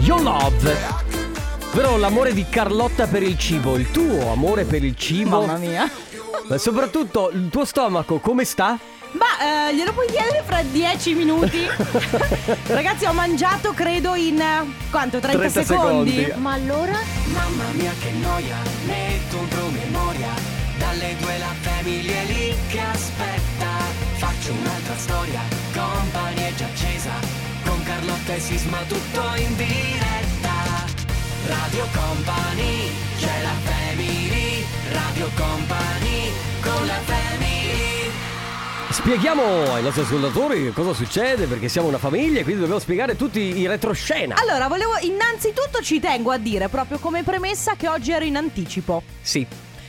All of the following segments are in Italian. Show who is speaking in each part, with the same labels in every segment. Speaker 1: Your Love. Però l'amore di Carlotta per il cibo, il tuo amore per il cibo,
Speaker 2: Mamma mia.
Speaker 1: ma soprattutto il tuo stomaco come sta?
Speaker 2: Ma eh, glielo puoi chiedere fra 10 minuti. Ragazzi, ho mangiato credo in eh, quanto 30,
Speaker 1: 30 secondi.
Speaker 2: Ma allora?
Speaker 3: Mamma mia che noia, metto un promemoria, dalle due la famiglia è lì che aspetta. Faccio un'altra storia, company è già accesa, con Carlotta e Sisma tutto in diretta. Radio Company, c'è la family, Radio Company, con la family.
Speaker 1: Spieghiamo ai nostri ascoltatori cosa succede perché siamo una famiglia e quindi dobbiamo spiegare tutti i retroscena.
Speaker 2: Allora, volevo innanzitutto ci tengo a dire proprio come premessa che oggi ero in anticipo.
Speaker 1: Sì.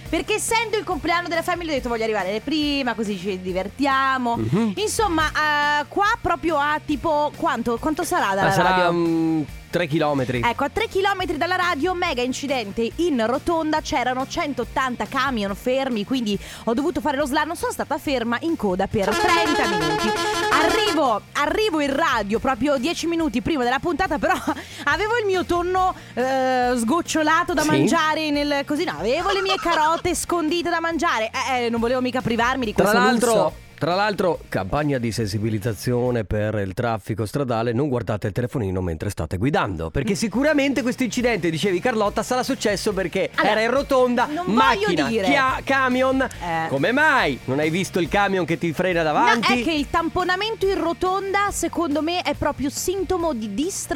Speaker 2: Perché essendo il compleanno della famiglia ho detto voglio arrivare prima così ci divertiamo.
Speaker 1: Mhm.
Speaker 2: Insomma, eh, qua proprio a tipo quanto, quanto sarà dalla
Speaker 1: Ma sarà
Speaker 2: radio?
Speaker 1: 3 chilometri.
Speaker 2: Ecco, a 3 km dalla radio, mega incidente in rotonda, c'erano 180 camion fermi, quindi ho dovuto fare lo slanno, sono stata ferma in coda per 30 minuti. Arrivo, arrivo in radio proprio 10 minuti prima della puntata, però avevo il mio tonno eh, sgocciolato da
Speaker 1: Sì.
Speaker 2: mangiare nel così no, avevo le mie carote scondite da mangiare. Eh, eh, non volevo mica privarmi di
Speaker 1: Tra
Speaker 2: questo
Speaker 1: l'altro,
Speaker 2: lusso.
Speaker 1: tra l'altro, campagna di sensibilizzazione per il traffico stradale, non guardate il telefonino mentre state guidando, perché
Speaker 2: Mm.
Speaker 1: sicuramente questo incidente, dicevi Carlotta, sarà successo perché
Speaker 2: Allora,
Speaker 1: era in rotonda,
Speaker 2: non
Speaker 1: macchina,
Speaker 2: voglio dire.
Speaker 1: chia- camion.
Speaker 2: Eh.
Speaker 1: Come mai? Non hai visto il camion che ti frena davanti?
Speaker 2: No, è che il tamponamento in rotonda, secondo me, è proprio sintomo di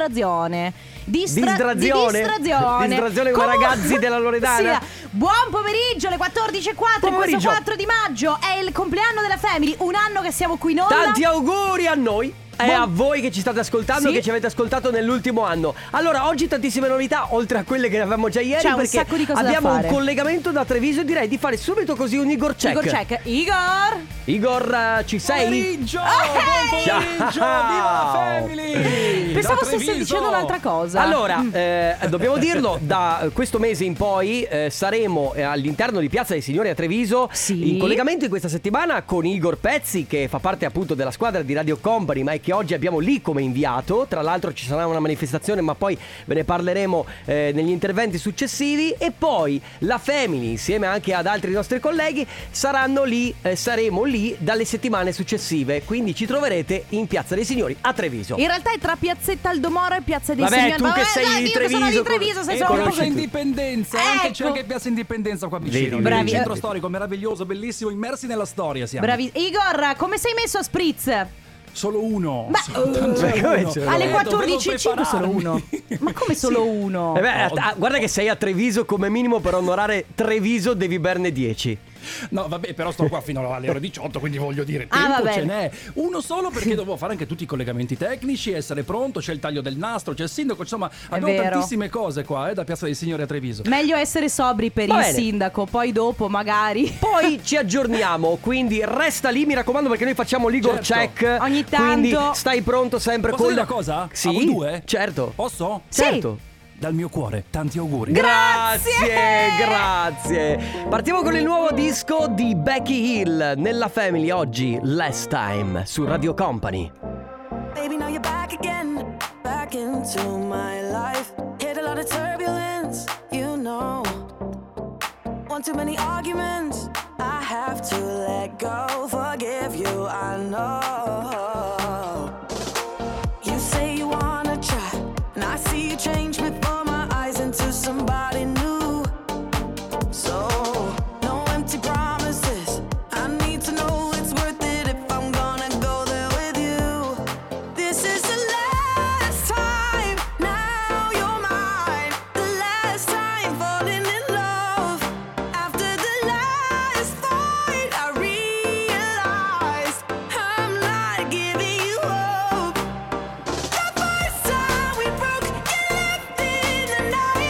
Speaker 1: Distrazione?
Speaker 2: distrazione. Distra- Di distrazione.
Speaker 1: Distrazione con i ragazzi della Loredana?
Speaker 2: Sì. Buon pomeriggio, le 14.04, questo
Speaker 1: Pomeriggio.
Speaker 2: 4 di maggio. È il compleanno della Family, un anno che siamo qui in onda.
Speaker 1: Tanti auguri a noi e
Speaker 2: Buon-
Speaker 1: a voi che ci state ascoltando,
Speaker 2: Sì.
Speaker 1: che ci avete ascoltato nell'ultimo anno. Allora, oggi tantissime novità, oltre a quelle che avevamo già ieri,
Speaker 2: C'è un
Speaker 1: perché
Speaker 2: sacco di cose da
Speaker 1: abbiamo
Speaker 2: fare.
Speaker 1: un collegamento da Treviso e direi di fare subito così un Igor check.
Speaker 2: Igor check. Igor!
Speaker 1: Igor, eh, ci sei?
Speaker 4: Pomeriggio!
Speaker 2: Ehi!
Speaker 4: Buon pomeriggio! Viva la family!
Speaker 2: Pensavo
Speaker 4: Da
Speaker 2: stesse
Speaker 4: Treviso!
Speaker 2: dicendo un'altra cosa. Mm.
Speaker 1: Allora, eh, dobbiamo dirlo, da eh, questo mese in poi eh, saremo eh, all'interno di Piazza dei Signori a Treviso
Speaker 2: Sì.
Speaker 1: in collegamento in questa settimana con Igor Pezzi che fa parte appunto della squadra di Radio Company ma è che oggi abbiamo lì come inviato, tra l'altro ci sarà una manifestazione ma poi ve ne parleremo eh, negli interventi successivi e poi la Family insieme anche ad altri nostri colleghi saranno lì, eh, saremo lì dalle settimane successive, quindi ci troverete in Piazza dei Signori a Treviso.
Speaker 2: In realtà è tra Piazzetta Aldomoro e Piazza dei
Speaker 1: Vabbè,
Speaker 2: Signori.
Speaker 1: tu
Speaker 2: Ma
Speaker 1: che
Speaker 2: vabbè,
Speaker 1: sei
Speaker 2: dai,
Speaker 1: di
Speaker 2: io che sono
Speaker 1: Treviso,
Speaker 2: di Treviso, sei
Speaker 1: eh,
Speaker 2: solo un
Speaker 1: conosci
Speaker 4: Piazza
Speaker 2: po'
Speaker 1: tu.
Speaker 4: Indipendenza, eh, anche c'è
Speaker 2: Ecco.
Speaker 4: anche Piazza Indipendenza qua
Speaker 1: Vedi,
Speaker 4: vicino.
Speaker 1: vedi.
Speaker 4: Bravi.
Speaker 2: Bravi.
Speaker 4: Centro storico meraviglioso, bellissimo, immersi nella storia siamo.
Speaker 2: Bravi. Igor, come sei messo a spritz?
Speaker 4: Solo uno.
Speaker 2: Beh,
Speaker 4: Soltanto
Speaker 1: eh,
Speaker 4: uno.
Speaker 1: come ce l'ho?
Speaker 2: Alle
Speaker 4: Eh, dovevo
Speaker 2: 14.05 solo
Speaker 4: prepararmi.
Speaker 2: uno. Ma come solo uno?
Speaker 1: Eh beh, ah, guarda che sei a Treviso come minimo per onorare Treviso devi berne 10.
Speaker 4: No, vabbè, però sto qua fino alle ore 18, quindi voglio dire,
Speaker 2: Ah,
Speaker 4: tempo
Speaker 2: vabbè.
Speaker 4: ce n'è. Uno solo perché dovevo fare anche tutti i collegamenti tecnici, essere pronto, c'è il taglio del nastro, c'è il sindaco, insomma, abbiamo
Speaker 2: vero.
Speaker 4: tantissime cose qua, eh, da Piazza dei Signori a Treviso.
Speaker 2: Meglio essere sobri per
Speaker 1: Va
Speaker 2: il
Speaker 1: bene.
Speaker 2: sindaco, poi dopo magari.
Speaker 1: Poi ci aggiorniamo, quindi resta lì, mi raccomando, perché noi facciamo l'Igor
Speaker 4: Certo.
Speaker 1: check.
Speaker 2: Ogni
Speaker 1: Quindi
Speaker 2: tanto.
Speaker 1: stai pronto sempre
Speaker 4: Posso
Speaker 1: con
Speaker 4: dire una cosa?
Speaker 1: Sì.
Speaker 4: A voi due?
Speaker 1: Certo.
Speaker 4: Posso?
Speaker 2: Sì.
Speaker 1: Certo.
Speaker 4: Dal mio cuore, tanti auguri.
Speaker 1: Grazie, grazie. Partiamo con il nuovo disco di Becky Hill nella Family oggi, Last Time su Radio Company.
Speaker 5: Baby, now you're back again, back into my life. Hit a lot of turbulence, you know. One too many arguments, I have to let go. Forgive you, I know. You say you wanna try, and I see you change before my eyes into somebody new. So, no empty promises. I need to know it's worth it if I'm gonna go there with you. This is the last time, now you're mine. The last time falling in love. After the last fight, I realized I'm not giving you up. The first time we broke, you left the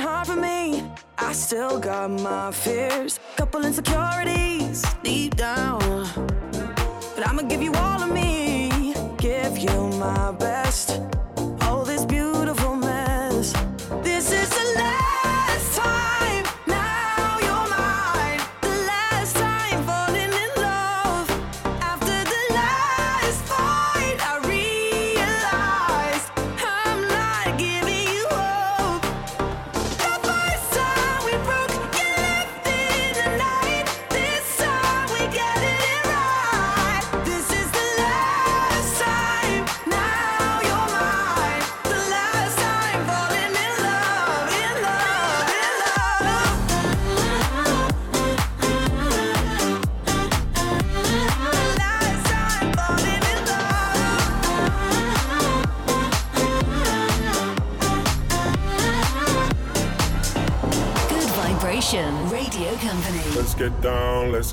Speaker 5: far from me. I still got my fears, couple insecurities deep down. But I'ma give you all of me, give you my best. Oh, this beautiful mess. This is the last time. Now you're mine. The last time falling in love. After the last fight, I realized I'm not giving you hope. The first time we broke, you left in the night. This time we got it right. This is the last time. Now you're mine. The last time falling in love, in love, in love. The last time falling in love.
Speaker 6: Good Vibration Radio Company.
Speaker 7: Let's get down, let's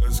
Speaker 7: Let's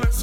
Speaker 7: let's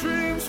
Speaker 7: Dreams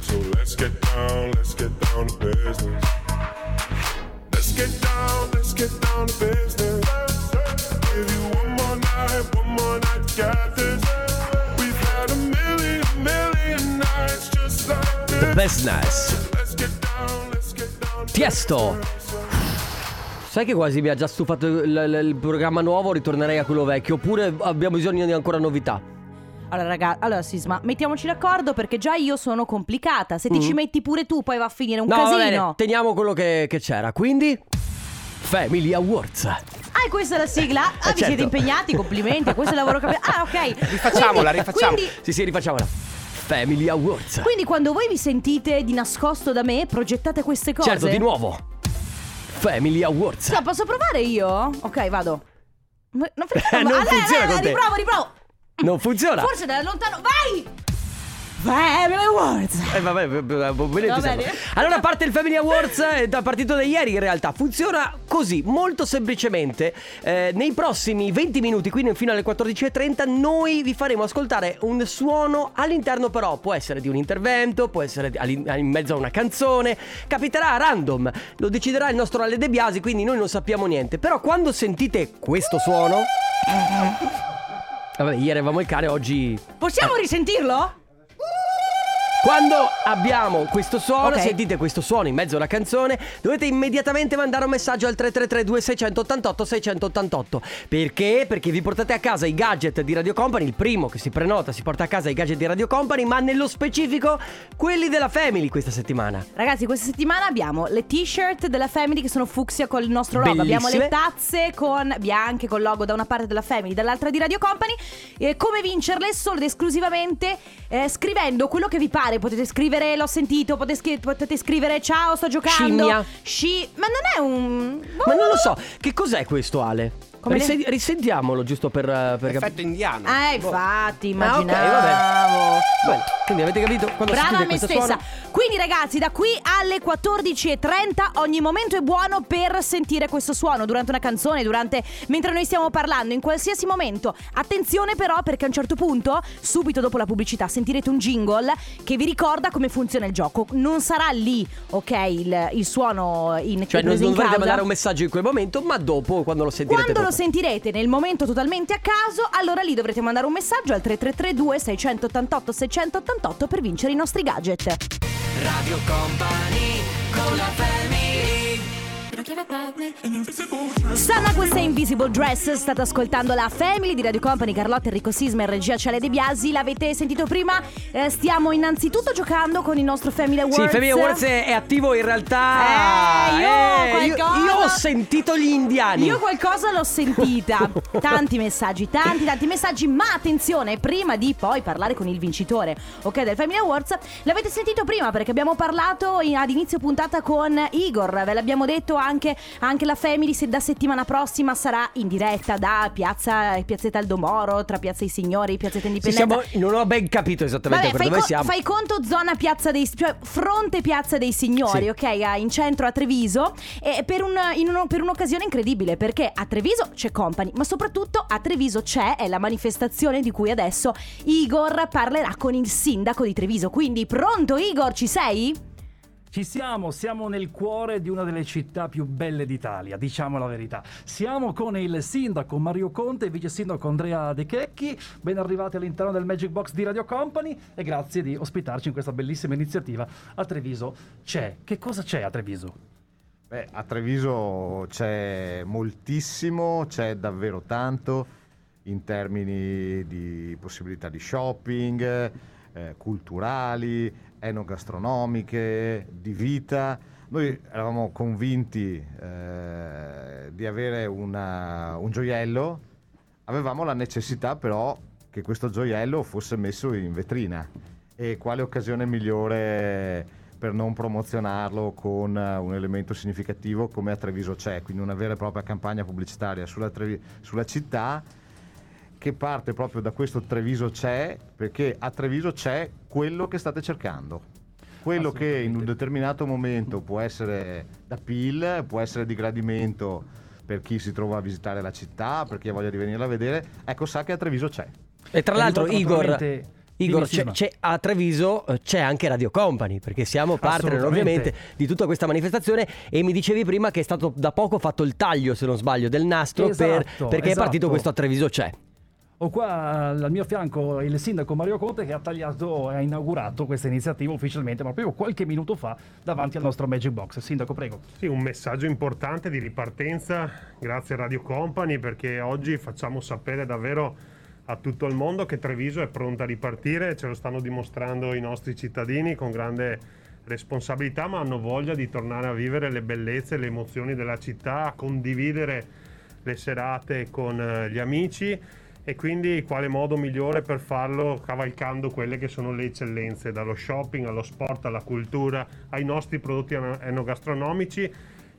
Speaker 7: So let's get down, let's get down to business. Let's get down, let's get down to business. Give you one more night, one more night to get this. We've had a million, million nights just like
Speaker 1: The
Speaker 7: this.
Speaker 1: business.
Speaker 7: Let's get down, let's get down to
Speaker 1: Tiesto. Sai che quasi mi ha già stufato il, il- il programma nuovo, ritornerei a quello vecchio. Oppure abbiamo bisogno di ancora novità.
Speaker 2: Allora, raga, allora Sisma, mettiamoci d'accordo perché già io sono complicata. Se ti ci metti pure tu, poi va a finire un
Speaker 1: Mm. no, va bene,
Speaker 2: casino.
Speaker 1: teniamo quello che, che c'era. Quindi, Family Awards. Eh,
Speaker 2: Ah, questa è la sigla? Ah, vi
Speaker 1: certo.
Speaker 2: siete impegnati, complimenti, questo è il lavoro che abbiamo- Ah, ok.
Speaker 8: Rifacciamola,
Speaker 2: Quindi-
Speaker 8: rifacciamo.
Speaker 2: Quindi,
Speaker 1: Sì, sì, rifacciamola. Family Awards.
Speaker 2: quindi quando voi vi sentite di nascosto da me, progettate queste cose.
Speaker 1: Certo, di nuovo. Family Awards.
Speaker 2: Scusa, posso provare io? Ok, vado. Ma- Non, perché-
Speaker 1: Eh, non
Speaker 2: Ah, dai,
Speaker 1: funziona con
Speaker 2: dai, dai,
Speaker 1: te. Ah.
Speaker 2: Riprovo, riprovo.
Speaker 1: Non funziona.
Speaker 2: Forse da lontano. Vai! Vai, Emily Awards!
Speaker 1: Eh, vabbè, v- v- v- venite
Speaker 2: Va
Speaker 1: sempre.
Speaker 2: bene.
Speaker 1: Allora, a parte il Family Awards, eh, da partito da ieri in realtà, funziona così, molto semplicemente. Eh, nei prossimi 20 minuti, quindi fino alle 14.30, noi vi faremo ascoltare un suono all'interno però, può essere di un intervento, può essere di- all'in- in mezzo a una canzone, capiterà a random, lo deciderà il nostro Ale De Biasi, quindi noi non sappiamo niente. Però quando sentite questo suono... Vabbè, ieri avevamo il cane, oggi
Speaker 2: Possiamo risentirlo?
Speaker 1: Quando abbiamo questo suono,
Speaker 2: Ok.
Speaker 1: sentite questo suono in mezzo a una canzone, dovete immediatamente mandare un messaggio al 333-2688-688. Perché? Perché vi portate a casa i gadget di Radio Company, il primo che si prenota si porta a casa i gadget di Radio Company, ma nello specifico quelli della Family questa settimana.
Speaker 2: Ragazzi, questa settimana abbiamo le t-shirt della Family che sono fucsia con il nostro logo.
Speaker 1: Bellissime.
Speaker 2: Abbiamo le tazze con bianche col logo da una parte della Family, dall'altra di Radio Company. E come vincerle solo ed esclusivamente eh, scrivendo quello che vi pare. Potete scrivere, l'ho sentito, potete, scri- potete scrivere ciao, sto giocando.
Speaker 1: Scimmia.
Speaker 2: Sci- Ma non è un. boh.
Speaker 1: Ma non lo so, che cos'è questo Ale?
Speaker 2: Come
Speaker 1: Risen- risentiamolo giusto per, eh, per capire.
Speaker 8: Effetto indiano.
Speaker 2: Eh, infatti,
Speaker 1: Ah, ok,
Speaker 2: immaginavo.
Speaker 1: vabbè. Bene, quindi avete capito quando
Speaker 2: Brava
Speaker 1: sentite
Speaker 2: me
Speaker 1: questo
Speaker 2: stessa.
Speaker 1: suono?
Speaker 2: Quindi ragazzi, da qui alle 14.30 ogni momento è buono per sentire questo suono durante una canzone, durante mentre noi stiamo parlando, in qualsiasi momento. Attenzione però perché a un certo punto, subito dopo la pubblicità, sentirete un jingle che vi ricorda come funziona il gioco. Non sarà lì, ok, il, il suono in
Speaker 1: Cioè, non,
Speaker 2: preso
Speaker 1: non
Speaker 2: in
Speaker 1: dovrete
Speaker 2: causa.
Speaker 1: mandare un messaggio in quel momento, ma dopo, quando lo sentirete.
Speaker 2: Quando lo
Speaker 1: dopo.
Speaker 2: sentirete nel momento totalmente a caso, allora lì dovrete mandare un messaggio al 3332 688 688 per vincere i nostri gadget.
Speaker 3: Radio Company con la family
Speaker 2: Sana, questa è Invisible Dress. State ascoltando la Family di Radio Company, Carlotta, Enrico Sisma e regia Ciale De Biasi. L'avete sentito prima? Eh, stiamo innanzitutto giocando con il nostro Family Awards.
Speaker 1: Sì, Family Awards è è attivo in
Speaker 2: Eh,
Speaker 1: realtà.
Speaker 2: io qualcosa-
Speaker 1: io ho sentito gli indiani.
Speaker 2: Io qualcosa l'ho sentita. tanti messaggi, tanti, tanti messaggi. Ma attenzione, prima di poi parlare con il vincitore, ok, del Family Awards, l'avete sentito prima perché abbiamo parlato in- ad inizio puntata con Igor. Ve l'abbiamo detto anche, anche la Family. Se da settimana prossima sarà in diretta da piazza, Piazzetta Aldomoro, tra Piazza dei Signori, Piazzetta
Speaker 1: Sì,
Speaker 2: Indipendenza.
Speaker 1: siamo- non ho ben capito esattamente
Speaker 2: Vabbè,
Speaker 1: per
Speaker 2: fai,
Speaker 1: dove
Speaker 2: co-
Speaker 1: siamo.
Speaker 2: fai conto zona Piazza dei cioè fronte Piazza dei Signori,
Speaker 1: Sì.
Speaker 2: ok, a- in centro a Treviso e per, un- in uno- per un'occasione incredibile perché a Treviso c'è Company, ma soprattutto a Treviso c'è è la manifestazione di cui adesso Igor parlerà con il sindaco di Treviso. Quindi pronto Igor, ci sei?
Speaker 9: Ci siamo, siamo nel cuore di una delle città più belle d'Italia, diciamo la verità. Siamo con il sindaco Mario Conte e vice sindaco Andrea De Checchi. Ben arrivati all'interno del Magic Box di Radio Company e grazie di ospitarci in questa bellissima iniziativa a Treviso. C'è, che cosa c'è a Treviso?
Speaker 10: Beh, a Treviso c'è moltissimo, c'è davvero tanto in termini di possibilità di shopping, eh, culturali, enogastronomiche, di vita. Noi eravamo convinti eh, di avere una- un gioiello, avevamo la necessità però che questo gioiello fosse messo in vetrina e quale occasione migliore per non promozionarlo con eh, un elemento significativo come a Treviso c'è, quindi una vera e propria campagna pubblicitaria sulla, Trevi- sulla città che parte proprio da questo Treviso c'è, perché a Treviso c'è quello che state cercando. Quello che in un determinato momento può essere da PIL, può essere di gradimento per chi si trova a visitare la città, per chi ha voglia di venirla a vedere, ecco sa che a Treviso c'è.
Speaker 1: E tra l'altro,
Speaker 9: Naturalmente-
Speaker 1: Igor.
Speaker 9: Dimmi,
Speaker 1: Igor, c'è,
Speaker 9: Sisma.
Speaker 1: c'è- a Treviso eh, c'è anche Radio Company, perché siamo partner
Speaker 9: Assolutamente.
Speaker 1: ovviamente di tutta questa manifestazione e mi dicevi prima che è stato da poco fatto il taglio, se non sbaglio, del nastro per-
Speaker 9: Esatto,
Speaker 1: perché è partito
Speaker 9: esatto.
Speaker 1: questo a Treviso c'è.
Speaker 9: Ho qua al mio fianco il sindaco Mario Conte che ha tagliato e ha inaugurato questa iniziativa ufficialmente proprio qualche minuto fa davanti al nostro Magic Box. Sindaco, prego.
Speaker 11: Sì, un messaggio importante di ripartenza, grazie a Radio Company, perché oggi facciamo sapere davvero a tutto il mondo che Treviso è pronta a ripartire, ce lo stanno dimostrando i nostri cittadini con grande responsabilità, ma hanno voglia di tornare a vivere le bellezze, le emozioni della città, a condividere le serate con eh, gli amici e quindi quale modo migliore per farlo cavalcando quelle che sono le eccellenze, dallo shopping allo sport, alla cultura, ai nostri prodotti eno- enogastronomici,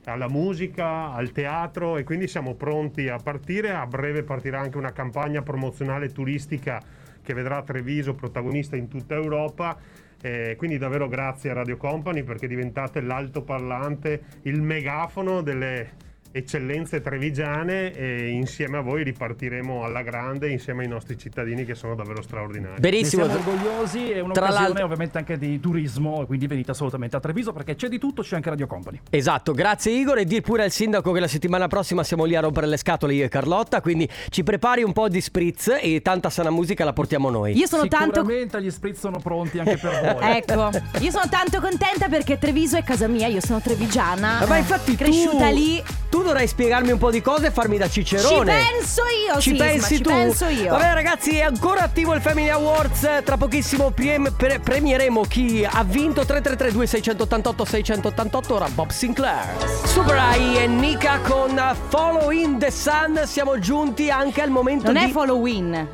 Speaker 11: alla musica, al teatro e quindi siamo pronti a partire. A breve partirà anche una campagna promozionale turistica che vedrà Treviso protagonista in tutta Europa. Eh, quindi davvero grazie a Radio Company perché diventate l'altoparlante, il megafono delle eccellenze trevigiane e insieme a voi ripartiremo alla grande insieme ai nostri cittadini che sono davvero straordinari.
Speaker 1: Benissimo.
Speaker 9: Ne siamo orgogliosi, è un'occasione ovviamente anche di turismo, quindi venite assolutamente a Treviso perché c'è di tutto, c'è anche Radio Company.
Speaker 1: Esatto, grazie Igor e dir pure al sindaco che la settimana prossima siamo lì a rompere le scatole io e Carlotta, quindi ci prepari un po' di spritz e tanta sana musica la portiamo noi.
Speaker 2: Io sono tanto
Speaker 9: Sicuramente gli spritz sono pronti anche per voi.
Speaker 2: Ecco, io sono tanto contenta perché Treviso è casa mia, io sono trevigiana.
Speaker 1: Eh, Ma infatti tu-
Speaker 2: cresciuta lì.
Speaker 1: Tu dovrai spiegarmi un po' di cose e farmi da cicerone.
Speaker 2: Ci penso io,
Speaker 1: Ci
Speaker 2: Sisma,
Speaker 1: pensi
Speaker 2: ci
Speaker 1: tu.
Speaker 2: penso io.
Speaker 1: Va bene ragazzi, è ancora attivo il Family Awards. Tra pochissimo prem- pre- premieremo chi ha vinto 3332 688 688 ora Bob Sinclair. Super Eye e Nika con Follow in the Sun. Siamo giunti anche al momento
Speaker 2: Non
Speaker 1: di
Speaker 2: è followin.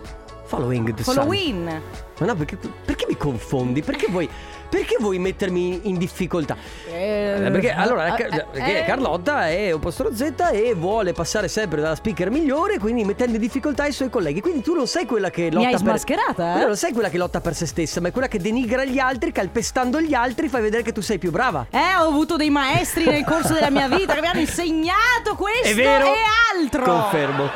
Speaker 1: Following the Sun.
Speaker 2: Followin.
Speaker 1: Ma no, perché, perché mi confondi? Perché vuoi, perché vuoi mettermi in difficoltà? Eh, perché allora la-
Speaker 2: eh,
Speaker 1: perché
Speaker 2: eh.
Speaker 1: Carlotta è un postro Z e vuole passare sempre dalla speaker migliore, quindi mettendo in difficoltà i suoi colleghi. Quindi tu non sei quella che lotta
Speaker 2: hai
Speaker 1: per
Speaker 2: smascherata, eh?
Speaker 1: Quella non sei quella che lotta per se stessa, ma è quella che denigra gli altri, calpestando gli altri, fai vedere che tu sei più brava.
Speaker 2: Eh, ho avuto dei maestri nel corso della mia vita che mi hanno insegnato questo
Speaker 1: È vero.
Speaker 2: e altro.
Speaker 1: Confermo.
Speaker 2: E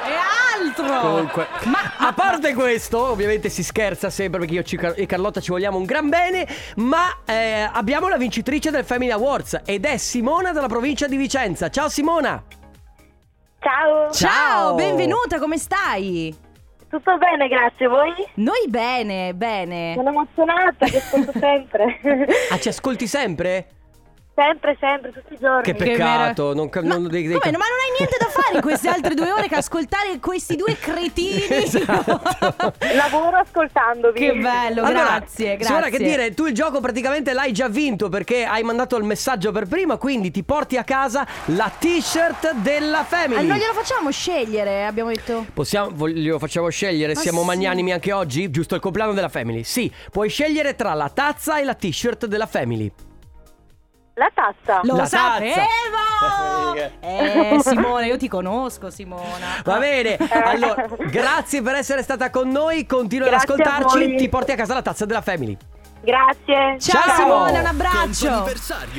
Speaker 2: altro.
Speaker 1: Comunque,
Speaker 2: Oh,
Speaker 1: a parte questo, ovviamente si scherza sempre perché io ci- e Carlotta ci vogliamo un gran bene, ma eh, abbiamo la vincitrice del Family Awards ed è Simona dalla provincia di Vicenza. Ciao Simona!
Speaker 2: Ciao,
Speaker 8: Ciao,
Speaker 1: Ciao.
Speaker 2: benvenuta, come stai?
Speaker 8: tutto bene, grazie. Voi?
Speaker 2: Noi bene, bene.
Speaker 8: Sono emozionata, che ascolto sempre.
Speaker 1: Ah, ci ascolti sempre?
Speaker 8: sempre, sempre, tutti i giorni.
Speaker 1: Che peccato,
Speaker 2: vera-
Speaker 1: non, ca-
Speaker 2: Ma,
Speaker 1: non devi-
Speaker 2: come, ma non hai niente da fare in queste altre due ore che ascoltare questi due cretini.
Speaker 1: Esatto.
Speaker 8: Lavoro ascoltandovi.
Speaker 2: Che bello,
Speaker 1: Allora,
Speaker 2: grazie, grazie.
Speaker 1: Simona, che dire, tu il gioco praticamente l'hai già vinto perché hai mandato il messaggio per prima, quindi ti porti a casa la t-shirt della
Speaker 2: Ah,
Speaker 1: Family.
Speaker 2: non glielo facciamo scegliere, abbiamo detto.
Speaker 1: Possiamo, voglio, facciamo scegliere,
Speaker 2: Ma
Speaker 1: siamo
Speaker 2: sì.
Speaker 1: magnanimi anche oggi, giusto il compleanno della Family. Sì, puoi scegliere tra la tazza e la t-shirt della Family.
Speaker 8: La tazza.
Speaker 2: Lo
Speaker 1: La
Speaker 2: sapevo!
Speaker 1: tazza.
Speaker 2: Eh, Simona, io ti conosco, Simona.
Speaker 1: Va bene, allora, grazie per essere stata con noi, continua
Speaker 8: Grazie a
Speaker 1: ad ascoltarci,
Speaker 8: voi.
Speaker 1: ti porti a casa la tazza della Family.
Speaker 8: Grazie.
Speaker 2: Ciao,
Speaker 1: Ciao.
Speaker 2: Simona, un abbraccio.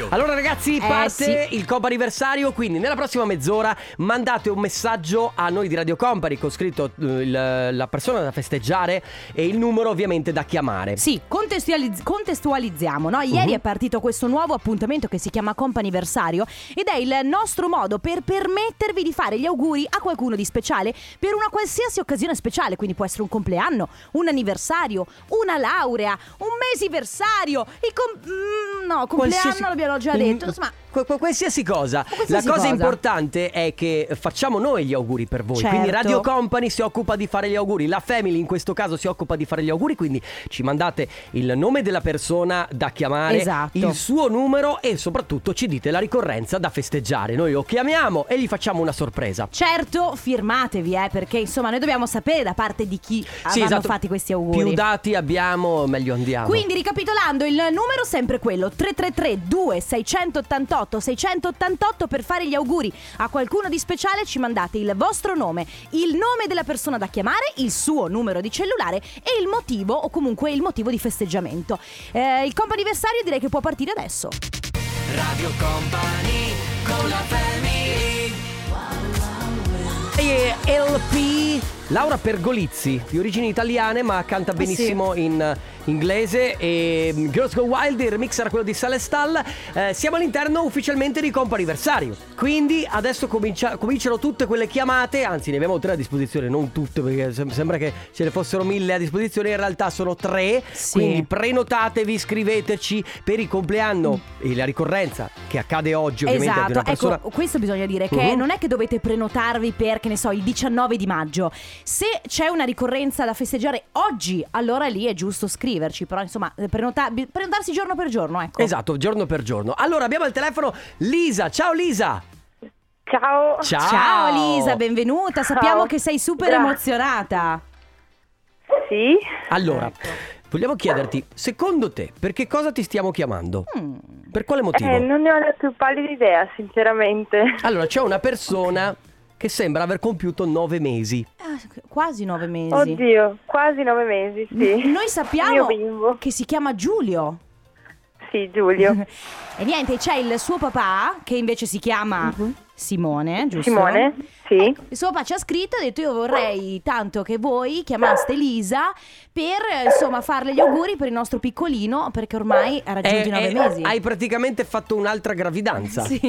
Speaker 1: Allora ragazzi
Speaker 2: Eh,
Speaker 1: parte il Copa Anniversario Quindi nella prossima mezz'ora mandate un messaggio a noi di Radio Company Con scritto eh, il- la persona da festeggiare e il numero ovviamente da chiamare
Speaker 2: Sì, contestualizz- contestualizziamo. no? Ieri
Speaker 1: Mhm.
Speaker 2: è partito questo nuovo appuntamento che si chiama Companiversario ed è il nostro modo per permettervi di fare gli auguri a qualcuno di speciale per una qualsiasi occasione speciale. Quindi può essere un compleanno, un anniversario, una laurea, un mesiversario. Il com- mm, no, compleanno
Speaker 1: Qualsiasi-
Speaker 2: l'abbiamo già detto. Insomma,
Speaker 1: Qu- qu- qualsiasi cosa.
Speaker 2: Qualsiasi
Speaker 1: la cosa,
Speaker 2: cosa.
Speaker 1: importante è che facciamo noi gli auguri per voi.
Speaker 2: Certo.
Speaker 1: Quindi Radio Company si occupa di fare gli auguri, la Family in questo caso si occupa di fare gli auguri, quindi ci mandate il nome della persona da chiamare,
Speaker 2: Esatto.
Speaker 1: il suo numero e soprattutto ci dite la ricorrenza da festeggiare. Noi lo chiamiamo e gli facciamo una sorpresa.
Speaker 2: certo, firmatevi, eh, perché insomma noi dobbiamo sapere da parte di chi avevano
Speaker 1: esatto.
Speaker 2: Ah, fatti questi auguri.
Speaker 1: Più dati abbiamo, meglio andiamo.
Speaker 2: Quindi ricapitolando, il numero è sempre quello 333 2688 688 per fare gli auguri a qualcuno di speciale ci mandate il vostro nome, il nome della persona da chiamare, il suo numero di cellulare e il motivo o comunque il motivo di festeggiamento. Eh, il comp anniversario direi che può partire adesso.
Speaker 1: E LP Laura Pergolizzi, di origini italiane ma
Speaker 2: Ah,
Speaker 1: canta benissimo in eh, inglese e mm, Girls Go Wild, il remix era quello di Sale Stall Eh, siamo all'interno ufficialmente di Compa Anniversario quindi adesso comincia- cominciano tutte quelle chiamate anzi ne abbiamo tre a disposizione, non tutte perché sem- sembra che ce ne fossero mille a disposizione in realtà sono tre
Speaker 2: Sì.
Speaker 1: quindi prenotatevi, scriveteci per il compleanno e la ricorrenza che accade oggi ovviamente di
Speaker 2: Esatto,
Speaker 1: una persona
Speaker 2: ecco, questo bisogna dire che
Speaker 1: Mhm.
Speaker 2: non è che dovete prenotarvi per, che ne so, il 19 di maggio. Se c'è una ricorrenza da festeggiare oggi, allora lì è giusto scriverci, però insomma, eh, prenota- bi- prenotarsi giorno per giorno, ecco.
Speaker 1: Esatto, giorno per giorno. Allora abbiamo al telefono Lisa. Ciao Lisa.
Speaker 8: Ciao.
Speaker 1: Ciao.
Speaker 2: Ciao Lisa, benvenuta. Sappiamo
Speaker 8: Ciao.
Speaker 2: che sei super
Speaker 8: Grazie.
Speaker 2: emozionata.
Speaker 8: Sì.
Speaker 1: Allora,
Speaker 8: ecco.
Speaker 1: vogliamo chiederti, secondo te, per che cosa ti stiamo chiamando?
Speaker 2: Mm.
Speaker 1: Per quale motivo?
Speaker 8: Eh, non ne ho la più pallida idea, sinceramente.
Speaker 1: Allora, c'è una persona che sembra aver compiuto nove mesi.
Speaker 2: Ah, Quasi nove mesi.
Speaker 8: Oddio, quasi nove mesi, sì.
Speaker 2: Noi
Speaker 8: Mio
Speaker 2: sappiamo
Speaker 8: bimbo.
Speaker 2: che si chiama Giulio.
Speaker 8: Sì, Giulio.
Speaker 2: E niente, c'è il suo papà che invece si chiama Simone, giusto?
Speaker 8: Mhm. Simone, sì.
Speaker 2: Sopra ci ha scritto ha detto io vorrei tanto che voi chiamaste Lisa per eh, insomma farle gli auguri per il nostro piccolino perché ormai ha raggiunto
Speaker 1: Eh,
Speaker 2: i nove
Speaker 1: eh,
Speaker 2: mesi.
Speaker 1: Hai praticamente fatto un'altra gravidanza.
Speaker 2: Sì.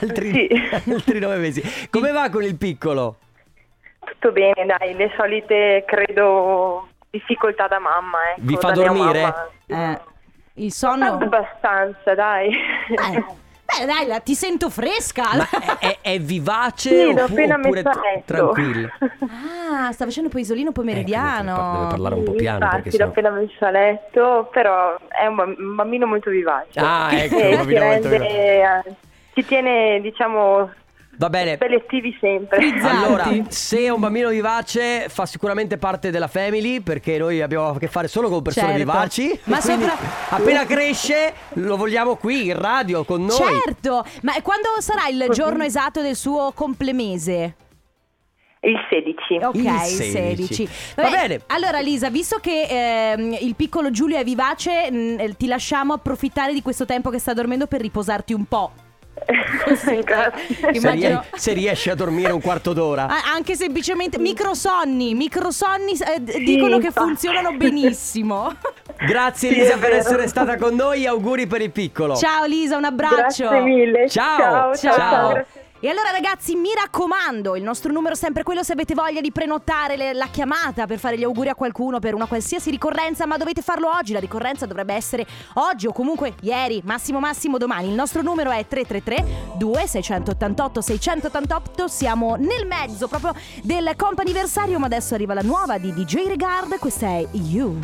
Speaker 1: Altri, altri nove mesi. Come va con il piccolo?
Speaker 8: Tutto bene, dai, le solite, credo, difficoltà da mamma. Ecco,
Speaker 1: Vi fa
Speaker 8: da mia
Speaker 1: dormire?
Speaker 8: mamma.
Speaker 2: Eh, il
Speaker 8: Ah,
Speaker 2: sonno... Eh,
Speaker 8: Abbastanza, dai. Eh.
Speaker 2: Beh dai, la- ti sento fresca.
Speaker 1: È, è- è vivace
Speaker 8: Sì, l'ho
Speaker 1: oppu-
Speaker 8: appena
Speaker 1: oppure
Speaker 8: messo a
Speaker 1: tr-
Speaker 8: letto.
Speaker 1: tranquillo? Ecco,
Speaker 2: Ah, sta facendo poi isolino poi meridiano.
Speaker 1: Eh, deve parlare un po' piano
Speaker 8: Infatti,
Speaker 1: perché
Speaker 8: l'ho
Speaker 1: sennò...
Speaker 8: appena messo a letto, però è un bam- un bambino molto vivace.
Speaker 1: Ah, ecco,
Speaker 8: Eh,
Speaker 1: un bambino
Speaker 8: si
Speaker 1: molto
Speaker 8: rende, eh, Ci tiene, diciamo,
Speaker 1: Va bene.
Speaker 8: selettivi sempre.
Speaker 1: Allora, se è un bambino vivace fa sicuramente parte della family perché noi abbiamo a che fare solo con persone
Speaker 2: Certo.
Speaker 1: vivaci.
Speaker 2: Ma
Speaker 1: Quindi,
Speaker 2: sopra-
Speaker 1: appena cresce lo vogliamo qui in radio con noi.
Speaker 2: Certo, ma quando sarà il giorno esatto del suo complemese?
Speaker 8: Il 16.
Speaker 2: Ok,
Speaker 1: Il
Speaker 2: il
Speaker 1: 16.
Speaker 2: 16.
Speaker 1: Va bene.
Speaker 2: Allora Lisa, visto che ehm, il piccolo Giulio è vivace, mh, eh, ti lasciamo approfittare di questo tempo che sta dormendo per riposarti un po'.
Speaker 8: Grazie.
Speaker 1: Se, rie-
Speaker 2: Immagino-
Speaker 1: se riesce a dormire un quarto d'ora.
Speaker 2: Ah, anche semplicemente microsonni, microsonni eh, d-
Speaker 8: Sì,
Speaker 2: dicono che
Speaker 8: infatti.
Speaker 2: funzionano benissimo.
Speaker 1: Grazie
Speaker 8: Sì,
Speaker 1: Elisa
Speaker 8: è
Speaker 1: per
Speaker 8: vero.
Speaker 1: essere stata con noi. Auguri per il piccolo.
Speaker 2: Ciao Lisa, un abbraccio.
Speaker 8: Grazie mille.
Speaker 1: Ciao.
Speaker 8: Ciao, ciao,
Speaker 1: Ciao.
Speaker 8: grazie.
Speaker 2: E allora ragazzi, mi raccomando, il nostro numero è sempre quello se avete voglia di prenotare le- la chiamata per fare gli auguri a qualcuno per una qualsiasi ricorrenza, ma dovete farlo oggi, la ricorrenza dovrebbe essere oggi o comunque ieri, massimo massimo domani. Il nostro numero è 333 2688 688, siamo nel mezzo proprio del comp'anniversario, ma adesso arriva la nuova di DJ Regard, questa è You.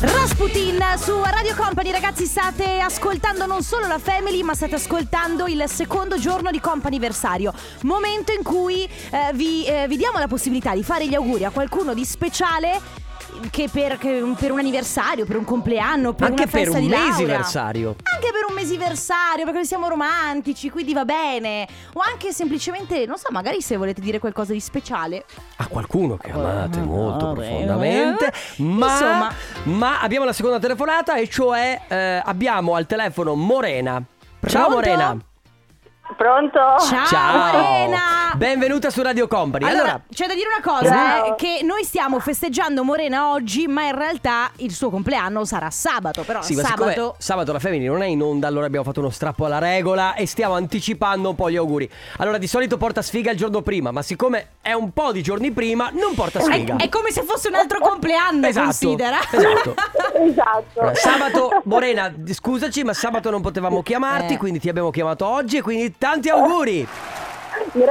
Speaker 2: Rasputin su Radio Company, ragazzi, state ascoltando non solo la Family, ma state ascoltando il secondo giorno di Companiversario. Momento in cui eh, vi, eh, vi diamo la possibilità di fare gli auguri a qualcuno di speciale che per, che- per un anniversario, per un compleanno, per
Speaker 1: Anche
Speaker 2: una
Speaker 1: per
Speaker 2: festa
Speaker 1: un
Speaker 2: di laurea.
Speaker 1: mesiversario.
Speaker 2: Anche per un mesiversario, perché siamo romantici, quindi va bene. O anche semplicemente, non so, magari se volete dire qualcosa di speciale.
Speaker 1: A qualcuno che amate
Speaker 2: Ah,
Speaker 1: molto
Speaker 2: vabbè,
Speaker 1: profondamente.
Speaker 2: vabbè.
Speaker 1: Ma,
Speaker 2: Insomma.
Speaker 1: ma abbiamo la seconda telefonata e cioè eh, abbiamo al telefono Morena. Ciao
Speaker 2: Pronto?
Speaker 1: Morena.
Speaker 8: Pronto?
Speaker 2: Ciao, Ah, Morena!
Speaker 1: Benvenuta su Radio Company.
Speaker 2: Allora,
Speaker 1: Allora,
Speaker 2: c'è da dire una cosa,
Speaker 8: Ciao.
Speaker 2: eh, che noi stiamo festeggiando Morena oggi, ma in realtà il suo compleanno sarà sabato, però
Speaker 1: sì, ma siccome
Speaker 2: sabato...
Speaker 1: sabato la Family non è in onda, allora abbiamo fatto uno strappo alla regola e stiamo anticipando un po' gli auguri. Allora, di solito porta sfiga il giorno prima, ma siccome è un po' di giorni prima, non porta sfiga.
Speaker 2: È, è come se fosse un altro compleanno,
Speaker 1: Esatto,
Speaker 2: considera.
Speaker 1: esatto.
Speaker 8: Esatto.
Speaker 1: Allora, sabato, Morena, scusaci, ma sabato non potevamo chiamarti,
Speaker 2: Eh.
Speaker 1: quindi ti abbiamo chiamato oggi e quindi tanti auguri!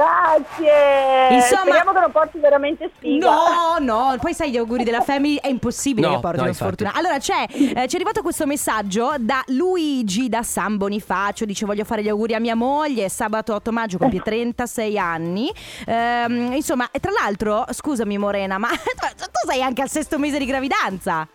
Speaker 8: Grazie.
Speaker 2: Insomma-
Speaker 8: Speriamo che non porti veramente sfiga.
Speaker 2: No, no, poi sai gli auguri della family è impossibile
Speaker 1: No,
Speaker 2: che portino
Speaker 1: no, infatti.
Speaker 2: sfortuna. Allora c'è, eh, ci è arrivato questo messaggio da Luigi da San Bonifacio, dice voglio fare gli auguri a mia moglie, sabato 8 maggio compie 36 anni. Ehm, insomma, e tra l'altro, scusami Morena, ma tu sei anche al sesto mese di gravidanza.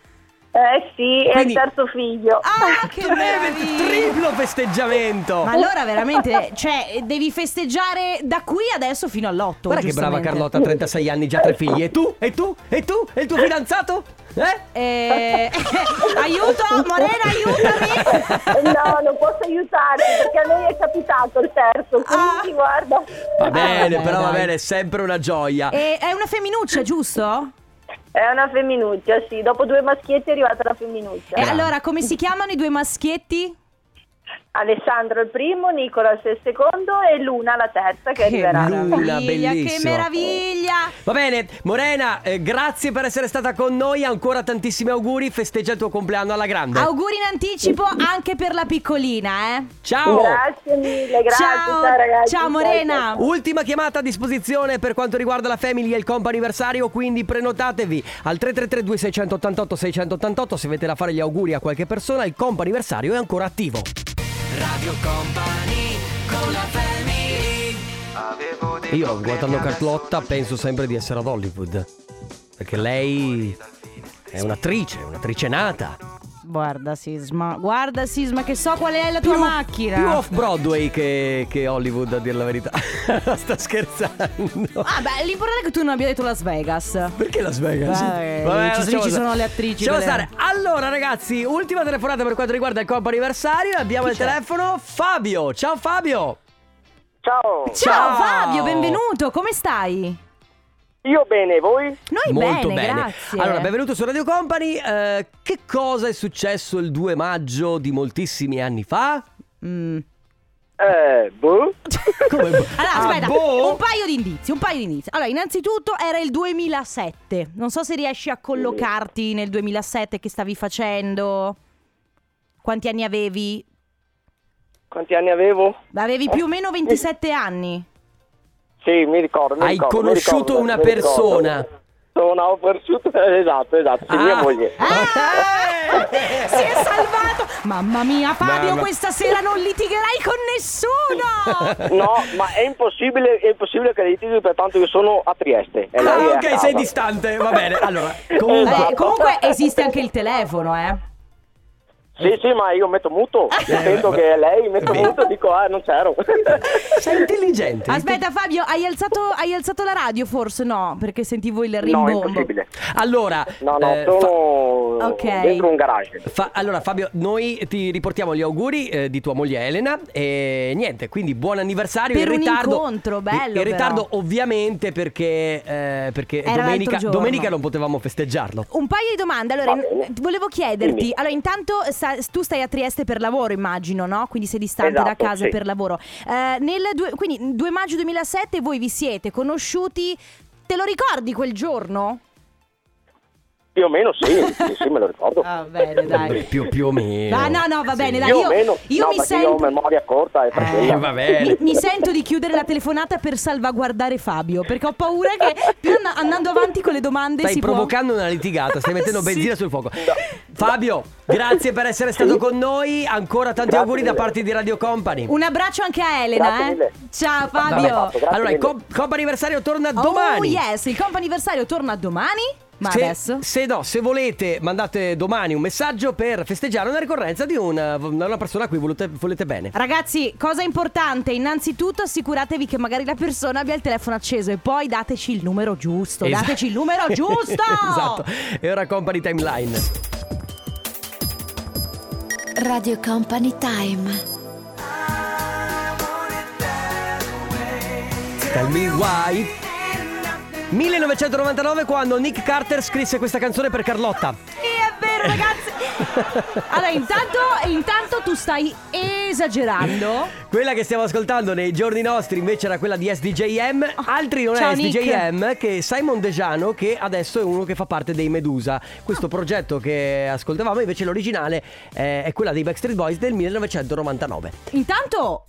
Speaker 8: Eh sì, è
Speaker 1: Quindi-
Speaker 8: il terzo figlio.
Speaker 2: Ah, che
Speaker 1: Tre-
Speaker 2: meraviglia!
Speaker 1: triplo festeggiamento!
Speaker 2: Ma allora veramente, cioè, devi festeggiare da qui adesso fino all'8.
Speaker 1: Guarda che brava Carlotta, 36 anni, già tre figli. E tu? E tu? E tu? E il tuo fidanzato? Eh?
Speaker 2: Eh, aiuto, Morena, aiutami.
Speaker 8: no, non posso aiutarti perché a noi è capitato il terzo,
Speaker 2: Ah.
Speaker 8: quindi guarda.
Speaker 1: Va bene,
Speaker 2: vabbè,
Speaker 1: però va
Speaker 2: dai.
Speaker 1: bene, è sempre una gioia.
Speaker 2: E è una femminuccia, giusto?
Speaker 8: È una femminuccia, sì. Dopo due maschietti è arrivata la femminuccia.
Speaker 2: E allora, come si chiamano i due maschietti?
Speaker 8: Alessandro il primo, Nicolas il secondo e Luna la terza che arriverà.
Speaker 1: Luna.
Speaker 2: meraviglia, che
Speaker 1: bellissimo.
Speaker 2: meraviglia!
Speaker 1: Va bene, Morena, eh, grazie per essere stata con noi. Ancora tantissimi auguri. Festeggia il tuo compleanno alla grande.
Speaker 2: Auguri in anticipo anche per la piccolina, eh.
Speaker 1: Ciao!
Speaker 8: Grazie mille, grazie. Ciao,
Speaker 2: ciao,
Speaker 8: ragazzi.
Speaker 2: ciao Morena.
Speaker 1: Ultima chiamata a disposizione per quanto riguarda la Family e il comp anniversario, quindi prenotatevi al 333 2688 688 se avete da fare gli auguri a qualche persona, il comp anniversario è ancora attivo. Io guardando Carlotta penso sempre di essere ad Hollywood, perché lei è un'attrice, un'attrice nata,
Speaker 2: Guarda Sisma, guarda Sisma che so qual è la tua macchina.
Speaker 1: più off-Broadway che, che Hollywood a dir la verità. Sta scherzando.
Speaker 2: Ah beh, l'importante è che tu non abbia detto Las Vegas.
Speaker 1: Perché Las Vegas?
Speaker 2: Beh, ci sono-
Speaker 1: lasciamo
Speaker 2: ci sono
Speaker 1: stare.
Speaker 2: le attrici,
Speaker 1: Lasciamo
Speaker 2: quelle-
Speaker 1: stare. Allora, ragazzi, ultima telefonata per quanto riguarda il compo anniversario. Abbiamo il telefono Fabio. Ciao Fabio.
Speaker 12: Ciao.
Speaker 2: Ciao, Fabio, benvenuto, come stai?
Speaker 12: Io bene, voi?
Speaker 2: Noi
Speaker 1: Molto
Speaker 2: bene,
Speaker 1: bene.
Speaker 2: grazie.
Speaker 1: Allora, benvenuto su Radio Company. Eh, che cosa è successo il 2 maggio di moltissimi anni fa?
Speaker 12: Eh, boh.
Speaker 1: Come boh?
Speaker 2: Mm. Allora,
Speaker 1: Ah,
Speaker 2: aspetta,
Speaker 1: boh?
Speaker 2: un paio di indizi, un paio di indizi. Allora, innanzitutto era il 2007. Non so se riesci a collocarti nel 2007 che stavi facendo. Quanti anni avevi?
Speaker 12: Quanti anni avevo?
Speaker 2: Avevi più o meno 27 anni.
Speaker 12: Sì, mi ricordo. mi
Speaker 1: Hai
Speaker 12: ricordo, mi
Speaker 1: conosciuto
Speaker 12: ricordo,
Speaker 1: una
Speaker 12: mi ricordo.
Speaker 1: persona? Ah.
Speaker 12: Sono, ho conosciuto, esatto, esatto, sì, mia moglie.
Speaker 1: Eh!
Speaker 2: Ah! si è salvato. Mamma mia, Fabio,
Speaker 12: Mamma.
Speaker 2: questa sera non litigherai con nessuno.
Speaker 12: No, ma è impossibile, è impossibile che litighi, pertanto io sono a Trieste. e lei
Speaker 1: Ah,
Speaker 12: è a
Speaker 1: ok,
Speaker 12: casa.
Speaker 1: sei distante. Va bene. Allora, comunque.
Speaker 2: Vabbè, comunque esiste anche il telefono, eh.
Speaker 12: Sì, sì, ma io metto muto.
Speaker 1: Eh,
Speaker 12: Sento che è lei, metto muto e dico, ah, non c'ero.
Speaker 1: Sei intelligente.
Speaker 2: Aspetta Fabio, hai alzato, hai alzato la radio forse? No, perché sentivo il
Speaker 12: No, è
Speaker 2: rimbombo.
Speaker 12: impossibile.
Speaker 1: Allora,
Speaker 12: No, no,
Speaker 1: eh,
Speaker 12: sono
Speaker 2: Ok.
Speaker 12: dentro un garage.
Speaker 1: Fa- allora Fabio, noi ti riportiamo gli auguri eh, di tua moglie Elena e niente, quindi buon anniversario
Speaker 2: Per
Speaker 1: in
Speaker 2: un
Speaker 1: ritardo.
Speaker 2: incontro, bello
Speaker 1: In, in
Speaker 2: però.
Speaker 1: ritardo ovviamente perché, eh, perché
Speaker 2: Era
Speaker 1: domenica,
Speaker 2: l'altro giorno.
Speaker 1: domenica non potevamo festeggiarlo.
Speaker 2: Un paio di domande, allora
Speaker 12: Va
Speaker 2: in- volevo chiederti,
Speaker 1: Dimmi.
Speaker 2: allora intanto sa- tu stai a Trieste per lavoro immagino, no? Quindi sei distante da
Speaker 12: Esatto,
Speaker 2: casa
Speaker 12: sì.
Speaker 2: per lavoro. Eh, nel due- quindi 2 maggio 2007 voi vi siete conosciuti, te lo ricordi quel giorno?
Speaker 12: Più o meno sì, sì, sì, me lo ricordo.
Speaker 1: Ah,
Speaker 2: Va Ah, bene,
Speaker 1: Beh,
Speaker 2: dai.
Speaker 1: Più, più o meno.
Speaker 2: Ah, no, no, va bene, dai.
Speaker 12: Più o
Speaker 2: Io,
Speaker 12: meno,
Speaker 2: io
Speaker 12: no,
Speaker 2: mi
Speaker 12: perché io ho
Speaker 2: sento...
Speaker 12: memoria corta e
Speaker 1: Eh, va
Speaker 2: Mi,
Speaker 1: bene.
Speaker 2: mi sento di chiudere la telefonata per salvaguardare Fabio perché ho paura che più and- andando avanti con le domande
Speaker 1: Stai
Speaker 2: si può...
Speaker 1: provocando una litigata, stai mettendo
Speaker 2: Sì.
Speaker 1: benzina sul fuoco. Fabio, grazie per essere stato con noi. Ancora tanti
Speaker 12: Grazie
Speaker 1: auguri da
Speaker 12: mille.
Speaker 1: parte di Radio Company.
Speaker 2: Un abbraccio anche a Elena.
Speaker 12: Grazie
Speaker 2: Eh.
Speaker 12: mille.
Speaker 2: Ciao
Speaker 1: Vabbè.
Speaker 2: Fabio.
Speaker 1: Allora, il comp- anniversario torna
Speaker 2: Oh,
Speaker 1: domani.
Speaker 2: yes, il comp anniversario torna domani. Ma
Speaker 1: se,
Speaker 2: adesso.
Speaker 1: se no, se volete, mandate domani un messaggio per festeggiare una ricorrenza di una, una persona a cui volete, volete bene.
Speaker 2: Ragazzi, cosa importante, innanzitutto assicuratevi che magari la persona abbia il telefono acceso e poi dateci il numero giusto.
Speaker 1: Esatto.
Speaker 2: Dateci il numero giusto.
Speaker 1: esatto. E ora Company Timeline.
Speaker 6: Radio Company Time.
Speaker 1: Tell me why. 1999 quando Nick Carter scrisse questa canzone per Carlotta.
Speaker 2: Sì, è vero, ragazzi. Allora, intanto, intanto tu stai esagerando.
Speaker 1: Quella che stiamo ascoltando nei giorni nostri invece era quella di SDJM, altri non
Speaker 2: Ah. ciao,
Speaker 1: è
Speaker 2: Nick.
Speaker 1: SDJM che Simon Dejano che adesso è uno che fa parte dei Medusa.
Speaker 2: Ah.
Speaker 1: Questo progetto che ascoltavamo invece l'originale eh, è quella dei Backstreet Boys del 1999.
Speaker 2: Intanto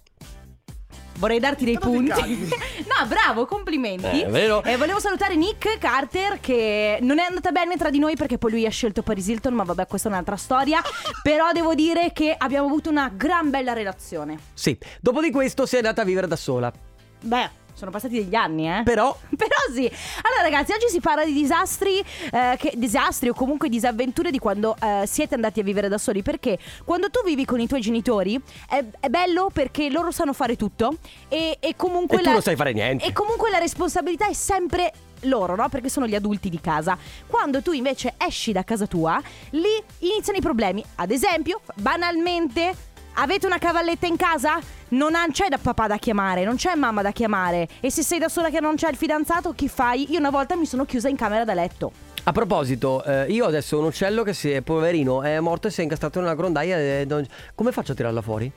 Speaker 2: vorrei darti dei punti. no, bravo, complimenti.
Speaker 1: Eh, è vero?
Speaker 2: E volevo salutare Nick Carter che non è andata bene tra di noi perché poi lui ha scelto Paris Hilton, ma vabbè, questa è un'altra storia. Però devo dire che abbiamo avuto una gran bella relazione.
Speaker 1: Sì, dopo di questo si è andata a vivere da sola.
Speaker 2: Beh, sono passati degli anni, eh.
Speaker 1: Però
Speaker 2: Però sì. Allora, ragazzi, oggi si parla di disastri, eh, che- disastri o comunque disavventure di quando eh, siete andati a vivere da soli. Perché quando tu vivi con i tuoi genitori è, è bello perché loro sanno fare tutto e, e comunque.
Speaker 1: E tu non sai fare niente.
Speaker 2: E comunque la responsabilità è sempre loro, no? Perché sono gli adulti di casa. Quando tu invece esci da casa tua, lì iniziano i problemi. Ad esempio, banalmente. Avete una cavalletta in casa? Non ha- c'è da papà da chiamare, non c'è mamma da chiamare. E se sei da sola che non c'è il fidanzato, chi fai? Io una volta mi sono chiusa in camera da letto.
Speaker 1: a proposito, eh, io adesso ho un uccello che si è poverino, è morto e si è incastrato nella grondaia e non- come faccio a tirarla fuori?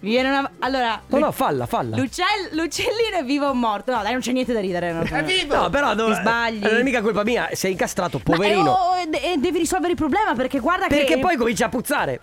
Speaker 2: Mi viene una. Allora.
Speaker 1: No, no, falla, falla.
Speaker 2: l'uccell- l'uccellino è vivo o morto? No, dai, non c'è niente da ridere. no.
Speaker 1: Eh, No, però non,
Speaker 2: Ti sbagli.
Speaker 1: non è mica colpa mia, sei incastrato,
Speaker 2: Ma-
Speaker 1: poverino.
Speaker 2: eh, oh, eh, devi risolvere il problema perché guarda che.
Speaker 1: Perché poi comincia a puzzare.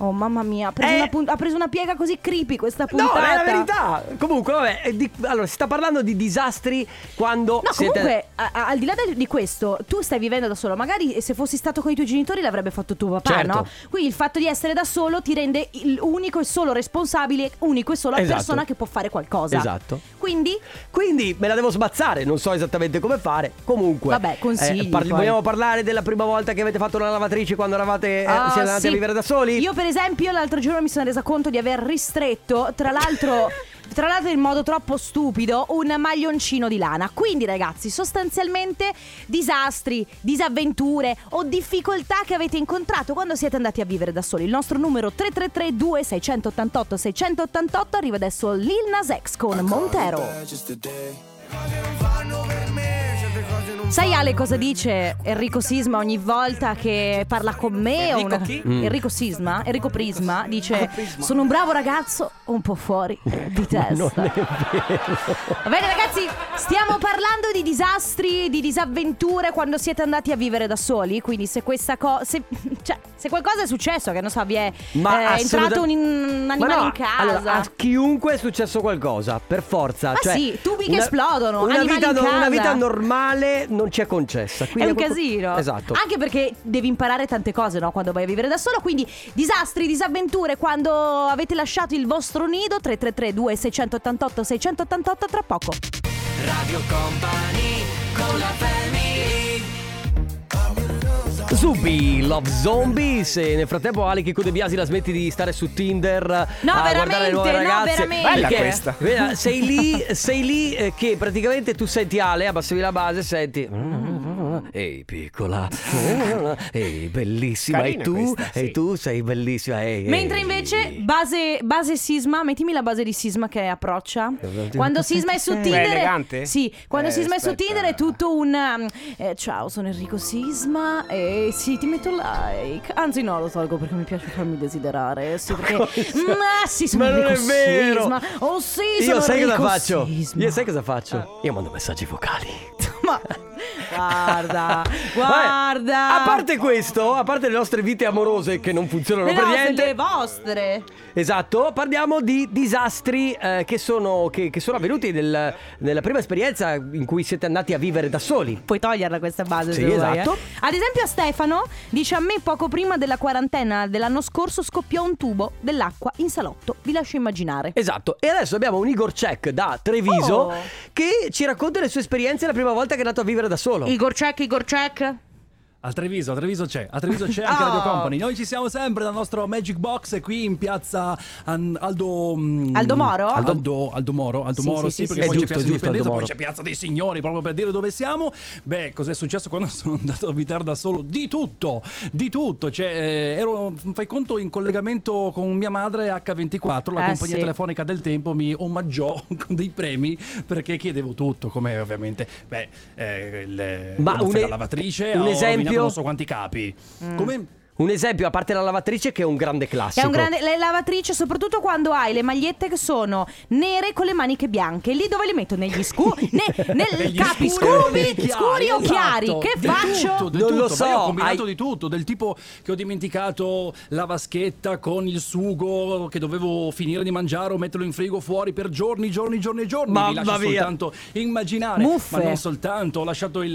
Speaker 2: Oh mamma mia, ha preso,
Speaker 1: Eh.
Speaker 2: una, pun- ha preso una piega così creepy questa
Speaker 1: No,
Speaker 2: puntata.
Speaker 1: è la verità. Comunque, vabbè, è di- allora si sta parlando di disastri quando
Speaker 2: No,
Speaker 1: siete-
Speaker 2: comunque, a- a- al di là del- di questo, tu stai vivendo da solo. Magari eh, se fossi stato con i tuoi genitori l'avrebbe fatto tuo papà,
Speaker 1: Certo.
Speaker 2: no? Quindi il fatto di essere da solo ti rende il unico e solo responsabile, unico e solo
Speaker 1: Esatto.
Speaker 2: persona che può fare qualcosa.
Speaker 1: Esatto.
Speaker 2: Quindi,
Speaker 1: Quindi me la devo smazzare, non so esattamente come fare. Comunque, eh,
Speaker 2: Vabbè, consigli, poi.
Speaker 1: vogliamo parlare della prima volta che avete fatto una lavatrice quando eravate eh,
Speaker 2: Ah,
Speaker 1: siete andati
Speaker 2: sì.
Speaker 1: a vivere da soli?
Speaker 2: Io, per esempio, l'altro giorno mi sono resa conto di aver ristretto, tra l'altro. tra l'altro in modo troppo stupido, un maglioncino di lana. Quindi ragazzi, sostanzialmente disastri, disavventure o difficoltà che avete incontrato quando siete andati a vivere da soli. Il nostro numero 333 688 688 arriva adesso Lil Nas X con Montero. Sai Ale cosa dice Enrico Sisma ogni volta che parla con me? o
Speaker 13: Enrico
Speaker 2: una-
Speaker 13: chi?
Speaker 2: Mm. Enrico Sisma, Enrico Prisma dice
Speaker 13: Ah, Prisma.
Speaker 2: sono un bravo ragazzo un po' fuori di testa.
Speaker 1: Non è
Speaker 2: Va bene ragazzi, stiamo parlando di disastri, di disavventure quando siete andati a vivere da soli, quindi se questa cosa... Se, cioè, se qualcosa è successo, che non so, vi è, eh, è
Speaker 1: assoluta-
Speaker 2: entrato un, un
Speaker 1: Ma
Speaker 2: animale
Speaker 1: no,
Speaker 2: in casa...
Speaker 1: Allora, a chiunque è successo qualcosa, per forza.
Speaker 2: Ma
Speaker 1: cioè,
Speaker 2: sì, tubi che esplodono,
Speaker 1: Una
Speaker 2: animali
Speaker 1: vita,
Speaker 2: in
Speaker 1: no- una
Speaker 2: casa.
Speaker 1: vita normale non ci è concessa.
Speaker 2: È
Speaker 1: quindi
Speaker 2: un
Speaker 1: proprio-
Speaker 2: casino.
Speaker 1: Esatto.
Speaker 2: Anche perché devi imparare tante cose, no? Quando vai a vivere da solo. Quindi disastri, disavventure quando avete lasciato il vostro nido. 333 2688 688 tra poco.
Speaker 3: Radio Company con la family
Speaker 1: Zubi, Love Zombie. Se nel frattempo Ale Chico De Biasi la smetti di stare su Tinder
Speaker 3: No,
Speaker 1: a guardare le
Speaker 3: veramente,
Speaker 1: nuove
Speaker 3: no,
Speaker 1: ragazze.
Speaker 3: veramente. Bella
Speaker 1: perché-
Speaker 3: questa.
Speaker 1: vedi, sei lì, sei lì eh, che praticamente tu senti Ale, abbassavi la base, senti. Ehi piccola, ehi bellissima,
Speaker 2: Carina
Speaker 1: e tu,
Speaker 2: questa, sì.
Speaker 1: e tu sei bellissima. Ehi, ehi.
Speaker 2: Mentre invece base, base sisma, mettimi la base di sisma che approccia. Quando sisma è su
Speaker 13: Eh,
Speaker 2: Tinder.
Speaker 13: elegante?
Speaker 2: Sì, quando
Speaker 13: Eh,
Speaker 2: sisma è su
Speaker 13: aspetta.
Speaker 2: Tinder è tutto un. um, eh, ciao, sono Enrico Sisma. E sì, ti metto like. Anzi, no, lo tolgo perché mi piace farmi desiderare. eh, Sì, perché.
Speaker 1: Cosa?
Speaker 2: Ma sì, sono
Speaker 1: Oh, Ma non
Speaker 2: Enrico
Speaker 1: è vero.
Speaker 2: Sisma. Oh sì, sono
Speaker 1: Io sai cosa
Speaker 2: Enrico
Speaker 1: faccio?
Speaker 2: Sisma.
Speaker 1: Io sai cosa
Speaker 3: Ah.
Speaker 1: faccio? Io mando messaggi vocali.
Speaker 2: Guarda,
Speaker 1: Vabbè,
Speaker 2: guarda.
Speaker 1: a parte questo, a parte le nostre vite amorose che non funzionano
Speaker 2: le
Speaker 1: per
Speaker 2: nostre,
Speaker 1: niente.
Speaker 2: le vostre.
Speaker 1: Esatto, parliamo di disastri eh, che, sono, che, che sono avvenuti nel- nella prima esperienza in cui siete andati a vivere da soli.
Speaker 2: Puoi toglierla questa base
Speaker 1: Sì,
Speaker 2: se vuoi,
Speaker 1: esatto.
Speaker 2: eh. Ad esempio a Stefano dice a me poco prima della quarantena dell'anno scorso scoppiò un tubo dell'acqua in salotto. Vi lascio immaginare.
Speaker 1: Esatto, e adesso abbiamo un Igor Cech da Treviso
Speaker 2: Oh.
Speaker 1: che ci racconta le sue esperienze la prima volta che è andato a vivere da solo.
Speaker 2: Igor Cech, Igor Cech.
Speaker 4: A Treviso, a Treviso c'è, a Treviso c'è anche
Speaker 1: Oh.
Speaker 2: Ah!
Speaker 4: Radio Company. Noi ci siamo sempre dal nostro Magic Box qui in piazza An- Aldo mm,
Speaker 2: Aldo Moro?
Speaker 4: Aldo, Aldo- Aldo Moro, Aldo
Speaker 2: Sì,
Speaker 4: Moro, sì,
Speaker 2: sì, sì,
Speaker 4: perché
Speaker 2: sì.
Speaker 4: poi
Speaker 2: È
Speaker 4: c'è Piazza
Speaker 1: giusto, è giusto,
Speaker 4: Indipendenza,
Speaker 1: Aldo
Speaker 4: poi
Speaker 1: Moro.
Speaker 4: c'è Piazza dei Signori, proprio per dire dove siamo. Beh, cos'è successo quando sono andato a abitare da solo? Di tutto, di tutto. Cioè, eh, ero, fai conto, in collegamento con mia madre H24, la
Speaker 2: Eh,
Speaker 4: compagnia
Speaker 2: sì.
Speaker 4: telefonica del tempo mi omaggiò con dei premi perché chiedevo tutto, come ovviamente, beh, eh, il-
Speaker 1: Ma
Speaker 4: la
Speaker 1: un e-
Speaker 4: lavatrice,
Speaker 1: un
Speaker 4: ho
Speaker 1: esempio?
Speaker 4: rovinato non so quanti capi. Come
Speaker 1: Un esempio, a parte la lavatrice che è un grande classico.
Speaker 2: È un grande la lavatrice, soprattutto quando hai le magliette che sono nere con le maniche bianche. Lì dove le metto? Negli scu- ne- nel
Speaker 4: Negli
Speaker 2: capi
Speaker 4: scuri,
Speaker 2: scubi,
Speaker 4: chiari,
Speaker 2: scuri o
Speaker 4: esatto,
Speaker 2: chiari? Che
Speaker 4: di
Speaker 2: faccio?
Speaker 4: tutto, di
Speaker 1: Non
Speaker 4: tutto.
Speaker 1: lo
Speaker 4: Ma
Speaker 1: so,
Speaker 4: Io ho combinato
Speaker 1: hai-
Speaker 4: di tutto, del tipo che ho dimenticato la vaschetta con il sugo che dovevo finire di mangiare o metterlo in frigo fuori per giorni, giorni, giorni, giorni.
Speaker 1: Mamma
Speaker 4: Mi lascio
Speaker 1: mia.
Speaker 4: soltanto immaginare.
Speaker 2: Muffe.
Speaker 4: Ma non soltanto, ho lasciato il,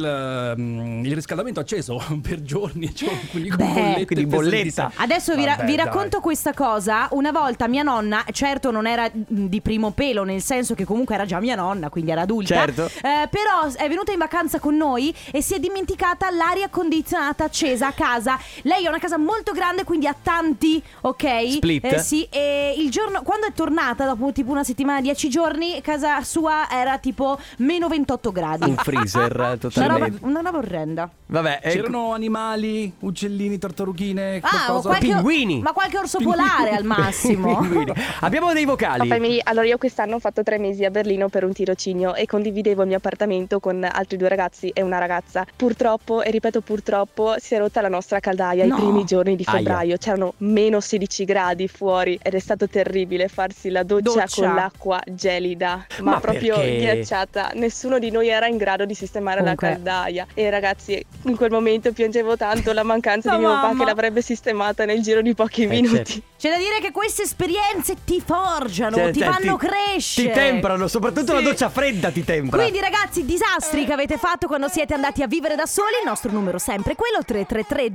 Speaker 4: ehm, il riscaldamento acceso per giorni e giorni. Quindi con
Speaker 2: Beh.
Speaker 4: bollette.
Speaker 1: Quindi
Speaker 4: e pezzi di
Speaker 1: bolletta.
Speaker 4: sa-
Speaker 2: Adesso vi, ra-
Speaker 4: Vabbè,
Speaker 2: vi
Speaker 4: dai.
Speaker 2: racconto questa cosa. Una volta mia nonna, certo non era mh, di primo pelo, nel senso che comunque era già mia nonna, quindi era adulta.
Speaker 1: Certo.
Speaker 2: Eh, però è venuta in vacanza con noi e si è dimenticata l'aria condizionata accesa a casa. Lei ha una casa molto grande, quindi ha tanti, ok?
Speaker 1: Split.
Speaker 2: Eh, sì, e il giorno, quando è tornata, dopo tipo una settimana, dieci giorni, casa sua era tipo meno 28 gradi.
Speaker 1: Un freezer,
Speaker 2: Una roba,
Speaker 1: totalmente.
Speaker 2: una roba orrenda.
Speaker 1: Vabbè, eh,
Speaker 4: C'erano animali, uccellini, tartarughine,
Speaker 2: Ah,
Speaker 4: qualcosa.
Speaker 2: qualche,
Speaker 1: Pinguini.
Speaker 2: ma qualche orso polare al massimo.
Speaker 1: Quindi, Abbiamo dei vocali.
Speaker 14: Ciao family, allora io quest'anno ho fatto tre mesi a Berlino per un tirocinio e condividevo il mio appartamento con altri due ragazzi e una ragazza. Purtroppo, e ripeto purtroppo, si è rotta la nostra caldaia
Speaker 2: No.
Speaker 14: i primi giorni di
Speaker 1: Aia.
Speaker 14: febbraio, c'erano meno 16 gradi fuori ed è stato terribile farsi la doccia,
Speaker 2: Doccia.
Speaker 14: con l'acqua gelida, ma,
Speaker 1: Ma
Speaker 14: proprio
Speaker 1: perché?
Speaker 14: ghiacciata. Nessuno di noi era in grado di sistemare
Speaker 2: Comunque-
Speaker 14: la caldaia e ragazzi, in quel momento piangevo tanto la mancanza
Speaker 2: La
Speaker 14: di mio papà
Speaker 2: mamma.
Speaker 14: che l'avrebbe sistemata nel giro di pochi
Speaker 1: Eh,
Speaker 14: minuti.
Speaker 1: certo.
Speaker 2: C'è da dire che queste esperienze ti forgiano,
Speaker 1: Cioè,
Speaker 2: ti
Speaker 1: cioè,
Speaker 2: fanno
Speaker 1: ti-
Speaker 2: crescere.
Speaker 1: Ti temprano, soprattutto la
Speaker 2: Sì.
Speaker 1: doccia fredda ti tempra.
Speaker 2: Quindi ragazzi, disastri che avete fatto quando siete andati a vivere da soli, il nostro numero è sempre quello 333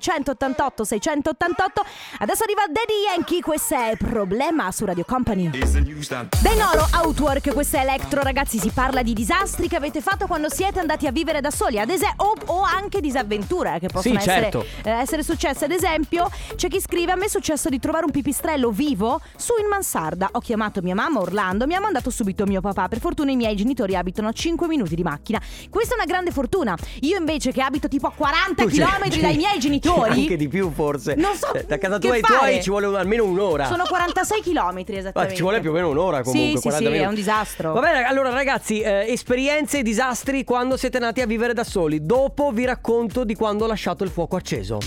Speaker 2: 2688 688. Adesso arriva Daddy Yankee, questo è Problema su Radio Company. Dai Noro, Outwork, questa è Electro, ragazzi, si parla di disastri che avete fatto quando siete andati a vivere da soli, ad esempio, o, o anche disavventure che possono
Speaker 1: certo.
Speaker 2: essere, eh, essere successo? Ad esempio, c'è chi scrive: A me è successo di trovare un pipistrello vivo su in mansarda. Ho chiamato mia mamma Orlando, mi ha mandato subito mio papà. Per fortuna i miei genitori abitano a 5 minuti di macchina. Questa è una grande fortuna. Io invece, che abito tipo a 40
Speaker 1: Tu sei-
Speaker 2: km dai miei genitori,
Speaker 1: Anche di più forse.
Speaker 2: Non so
Speaker 1: Eh, Da casa
Speaker 2: che
Speaker 1: tua ai
Speaker 2: fare.
Speaker 1: tuoi ci vuole un- almeno un'ora.
Speaker 2: sono 46 km esattamente.
Speaker 1: Ma ci vuole più o meno un'ora
Speaker 2: Sì,
Speaker 1: comunque.
Speaker 2: sì,
Speaker 1: 40
Speaker 2: sì, è
Speaker 1: minuti.
Speaker 2: un disastro.
Speaker 1: Va bene, allora ragazzi, eh, esperienze e disastri quando siete nati a vivere da soli. Dopo vi racconto di quando ho lasciato il fuoco acceso.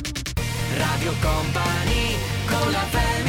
Speaker 3: Radio Company con la family.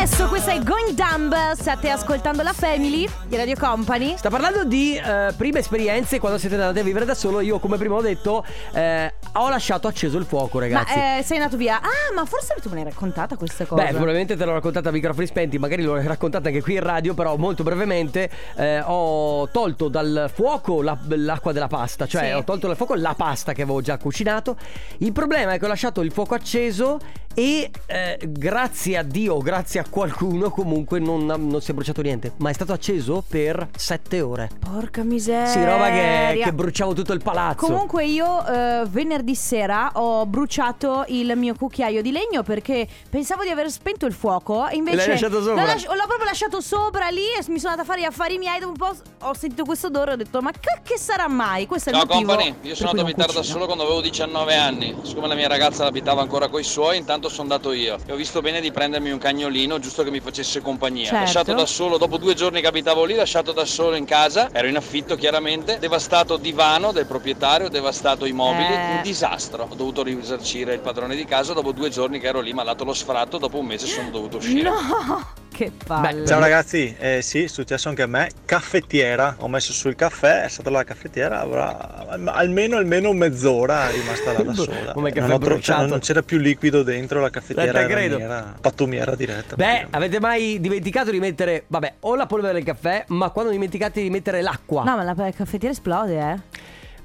Speaker 2: Adesso questa è Going Dumb, state ascoltando la Family di Radio Company.
Speaker 1: Sta parlando di eh, prime esperienze quando siete nati a vivere da solo. Io, come prima ho detto, eh, ho lasciato acceso il fuoco, ragazzi.
Speaker 2: Ma eh, sei andato via. Ah, ma forse tu me l'hai raccontata questa cosa.
Speaker 1: Beh, probabilmente te l'ho raccontata a microfoni spenti, magari l'ho raccontata anche qui in radio, però molto brevemente eh, ho tolto dal fuoco la- l'acqua della pasta, cioè
Speaker 2: Sì.
Speaker 1: ho tolto dal fuoco la pasta che avevo già cucinato. Il problema è che ho lasciato il fuoco acceso e eh, grazie a Dio, grazie a qualcuno comunque non, non si è bruciato niente, ma è stato acceso per sette ore.
Speaker 2: Porca miseria.
Speaker 1: Sì, roba che, che bruciavo tutto il palazzo.
Speaker 2: Eh, Comunque io eh, venerdì sera ho bruciato il mio cucchiaio di legno perché pensavo di aver spento il fuoco e invece
Speaker 1: L'hai lasciato sopra?
Speaker 2: L'ho, l'ho proprio lasciato sopra lì e mi sono andata a fare gli affari miei dopo un po' s- ho sentito questo odore e ho detto "Ma che, che sarà mai?" Questo è il
Speaker 13: Ciao
Speaker 2: motivo.
Speaker 13: company, io sono andato a abitare da solo quando avevo 19 anni. Siccome la mia ragazza abitava ancora coi suoi, intanto sono andato io. E ho visto bene di prendermi un cagnolino giusto che mi facesse compagnia.
Speaker 2: Certo.
Speaker 13: Lasciato da solo, dopo due giorni che abitavo lì, lasciato da solo in casa, ero in affitto chiaramente, devastato divano del proprietario, devastato i mobili,
Speaker 2: Eh.
Speaker 13: un disastro. Ho dovuto risarcire il padrone di casa dopo due giorni che ero lì, malato lo sfratto, dopo un mese sono dovuto uscire.
Speaker 2: No! Che palle.
Speaker 15: Ciao ragazzi, eh, sì, è successo anche a me, caffettiera, ho messo sul caffè, è stata la caffettiera, avrà al- almeno, almeno mezz'ora rimasta là da sola.
Speaker 1: Boh,
Speaker 15: Eh,
Speaker 1: Come caffè
Speaker 15: non, ho tro-
Speaker 1: bruciato.
Speaker 15: non c'era più liquido dentro, la caffettiera
Speaker 1: Eh, te
Speaker 15: era
Speaker 1: credo.
Speaker 15: nera, pattumiera diretta.
Speaker 1: Beh, avete mai dimenticato di mettere, vabbè, o la polvere del caffè, ma quando dimenticate di mettere l'acqua?
Speaker 2: No, ma la la caffettiera esplode, eh.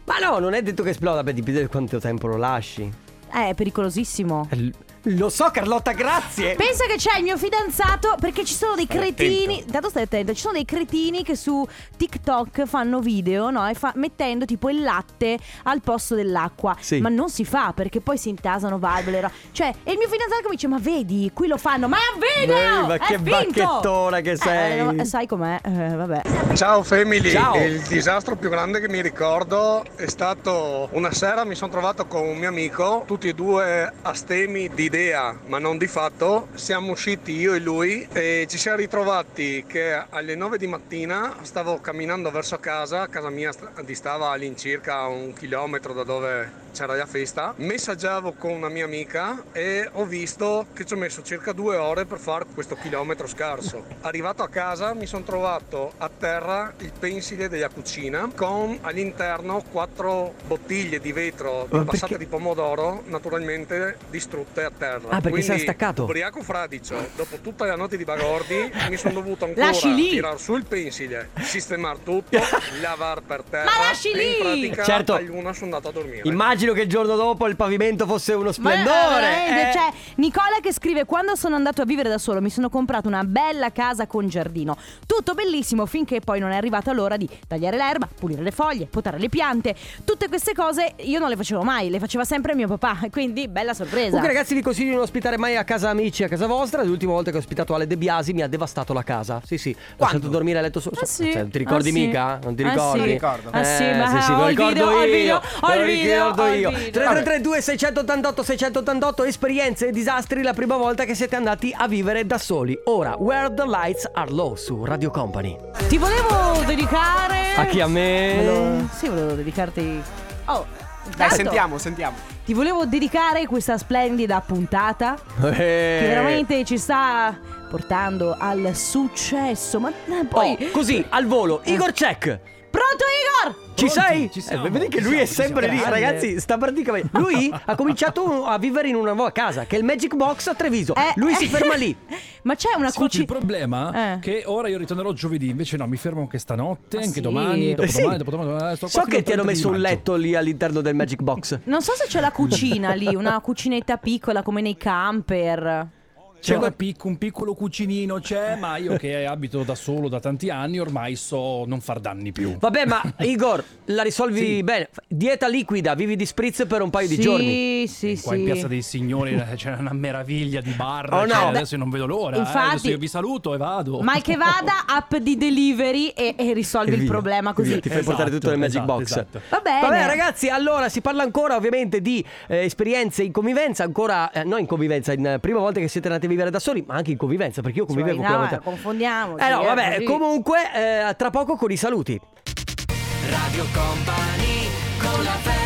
Speaker 1: Ma no, non è detto che esploda, beh, dipende da quanto tempo lo lasci.
Speaker 2: Eh, è pericolosissimo.
Speaker 1: Eh, l- Lo so, Carlotta, grazie.
Speaker 2: Pensa che c'è il mio fidanzato perché ci sono dei
Speaker 1: Stai
Speaker 2: cretini. Dato stai attento, ci sono dei cretini che su TikTok fanno video, no? E fa- mettendo tipo il latte al posto dell'acqua.
Speaker 16: Sì.
Speaker 2: Ma non si fa perché poi si intasano valvole. ro- Cioè, e il mio fidanzato che mi dice: Ma vedi, qui lo fanno, ma è un video!
Speaker 1: Ehi, ma
Speaker 2: è
Speaker 1: che
Speaker 2: finto!"
Speaker 1: bacchettona che
Speaker 2: Eh,
Speaker 1: sei.
Speaker 2: eh, no, sai com'è? Eh, vabbè.
Speaker 17: Ciao family,
Speaker 2: Ciao.
Speaker 17: il disastro più grande che mi ricordo è stato una sera mi sono trovato con un mio amico, tutti e due astemi di idea ma non di fatto, siamo usciti io e lui e ci siamo ritrovati che alle 9 di mattina stavo camminando verso casa, casa mia st- distava all'incirca un chilometro da dove c'era la festa, messaggiavo con una mia amica e ho visto che ci ho messo circa due ore per fare questo chilometro scarso. Arrivato a casa mi sono trovato a terra il pensile della cucina con all'interno quattro bottiglie di vetro
Speaker 1: Ma
Speaker 17: di passate
Speaker 1: perché-
Speaker 17: di pomodoro naturalmente distrutte a terra.
Speaker 1: Ah, perché
Speaker 17: Quindi,
Speaker 1: si era staccato?
Speaker 17: Ubriaco fradicio, dopo tutta la notte di bagordi mi sono dovuto ancora
Speaker 1: Lasci lì.
Speaker 17: tirar su il pensile, sistemare tutto, lavar per terra.
Speaker 2: Ma lasci
Speaker 17: e
Speaker 2: lì.
Speaker 17: In pratica
Speaker 1: Certo.
Speaker 17: a luna sono andato a dormire.
Speaker 1: Immagino che il giorno dopo il pavimento fosse uno
Speaker 2: Ma
Speaker 1: splendore.
Speaker 2: veramente,
Speaker 1: eh.
Speaker 2: cioè, Nicola che scrive: Quando sono andato a vivere da solo, mi sono comprato una bella casa con giardino. Tutto bellissimo finché poi non è arrivata l'ora di tagliare l'erba, pulire le foglie, potare le piante. Tutte queste cose io non le facevo mai, le faceva sempre mio papà. Quindi, bella sorpresa.
Speaker 1: Comunque, ragazzi, vi consiglio di non ospitare mai a casa amici a casa vostra. L'ultima volta che ho ospitato Ale De Biasi mi ha devastato la casa. Sì, sì. Ho lasciato dormire a letto solo.
Speaker 2: sì.
Speaker 1: Cioè, non ti ricordi
Speaker 2: Ah, sì.
Speaker 1: mica? Non ti
Speaker 2: Ah, sì.
Speaker 1: ricordi?
Speaker 2: Non ricordo. Ah, sì,
Speaker 1: Eh,
Speaker 2: ma
Speaker 1: sì, sì,
Speaker 2: ho
Speaker 1: me lo
Speaker 2: il
Speaker 1: ricordo
Speaker 2: video, ho il video,
Speaker 1: io.
Speaker 2: ho il
Speaker 1: Me lo
Speaker 2: video,
Speaker 1: ricordo
Speaker 2: ho il
Speaker 1: io.
Speaker 2: video.
Speaker 1: 3332 688 688 esperienze e disastri la prima volta che siete andati a vivere da soli. Ora, Where the Lights Are Low su Radio Company.
Speaker 2: Ti volevo dedicare.
Speaker 1: A chi a me?
Speaker 2: Volevo- Sì, volevo dedicarti. Oh,
Speaker 16: Dai,
Speaker 1: eh,
Speaker 2: intanto
Speaker 16: sentiamo, sentiamo.
Speaker 2: Ti volevo dedicare questa splendida puntata
Speaker 1: Eh.
Speaker 2: che veramente ci sta portando al successo. Ma eh, poi.
Speaker 1: Oh, così, al volo, Igor Check.
Speaker 2: Pronto, Igor?
Speaker 1: Ci sei? Eh, vedi che
Speaker 2: ci
Speaker 1: lui
Speaker 2: siamo,
Speaker 1: è
Speaker 2: ci
Speaker 1: sempre
Speaker 2: siamo.
Speaker 1: lì,
Speaker 2: Grande.
Speaker 1: ragazzi. Sta praticamente. Lui ha cominciato un- a vivere in una nuova casa, che è il Magic Box a Treviso. lui si
Speaker 2: eh.
Speaker 1: ferma lì.
Speaker 2: Ma c'è una
Speaker 1: Scusi,
Speaker 2: cucina.
Speaker 1: il
Speaker 4: problema
Speaker 2: Eh.
Speaker 4: che ora io ritornerò giovedì, invece no, mi fermo anche stanotte,
Speaker 2: Ah,
Speaker 4: anche
Speaker 2: sì?
Speaker 4: domani,
Speaker 1: Eh,
Speaker 4: dopodomani,
Speaker 1: sì.
Speaker 4: dopodomani, eh, sto qua
Speaker 1: So
Speaker 4: fino al
Speaker 1: che ti
Speaker 4: 30
Speaker 1: hanno
Speaker 4: di
Speaker 1: messo un
Speaker 4: maggio.
Speaker 1: letto lì all'interno del Magic Box.
Speaker 2: Non so se c'è la cucina lì, una cucinetta piccola come nei camper.
Speaker 4: C'è una pic- un piccolo cucinino, c'è, ma io che abito da solo da tanti anni ormai so non far danni più.
Speaker 1: Vabbè, ma Igor, la risolvi
Speaker 4: Sì.
Speaker 1: bene. Dieta liquida, vivi di spritz per un paio
Speaker 2: sì,
Speaker 1: di giorni.
Speaker 2: Sì,
Speaker 4: Qua
Speaker 2: sì,
Speaker 4: in Piazza dei Signori eh, c'è una meraviglia di bar.
Speaker 1: Oh, no.
Speaker 4: cioè,
Speaker 1: Beh,
Speaker 4: adesso io non vedo l'ora. eh,
Speaker 2: infatti-
Speaker 4: adesso io vi saluto e vado.
Speaker 2: Mal che vada, app di delivery e, e risolvi
Speaker 1: E
Speaker 2: il
Speaker 1: via,
Speaker 2: problema
Speaker 1: e
Speaker 2: così.
Speaker 1: via, Ti fai portare tutto nel Magic
Speaker 4: esatto,
Speaker 1: Box.
Speaker 4: esatto.
Speaker 2: Va bene.
Speaker 1: Vabbè ragazzi, allora si parla ancora ovviamente di eh, esperienze in convivenza, ancora eh, non in convivenza, in eh, prima volta che siete andati a vivere da soli, ma anche in convivenza, perché io convivevo
Speaker 2: Cioè,
Speaker 1: con
Speaker 2: no,
Speaker 1: la
Speaker 2: eh, confondiamoci.
Speaker 1: Eh no,
Speaker 2: eh,
Speaker 1: vabbè,
Speaker 2: così.
Speaker 1: comunque eh, tra poco con i saluti.
Speaker 3: Radio Company con la family.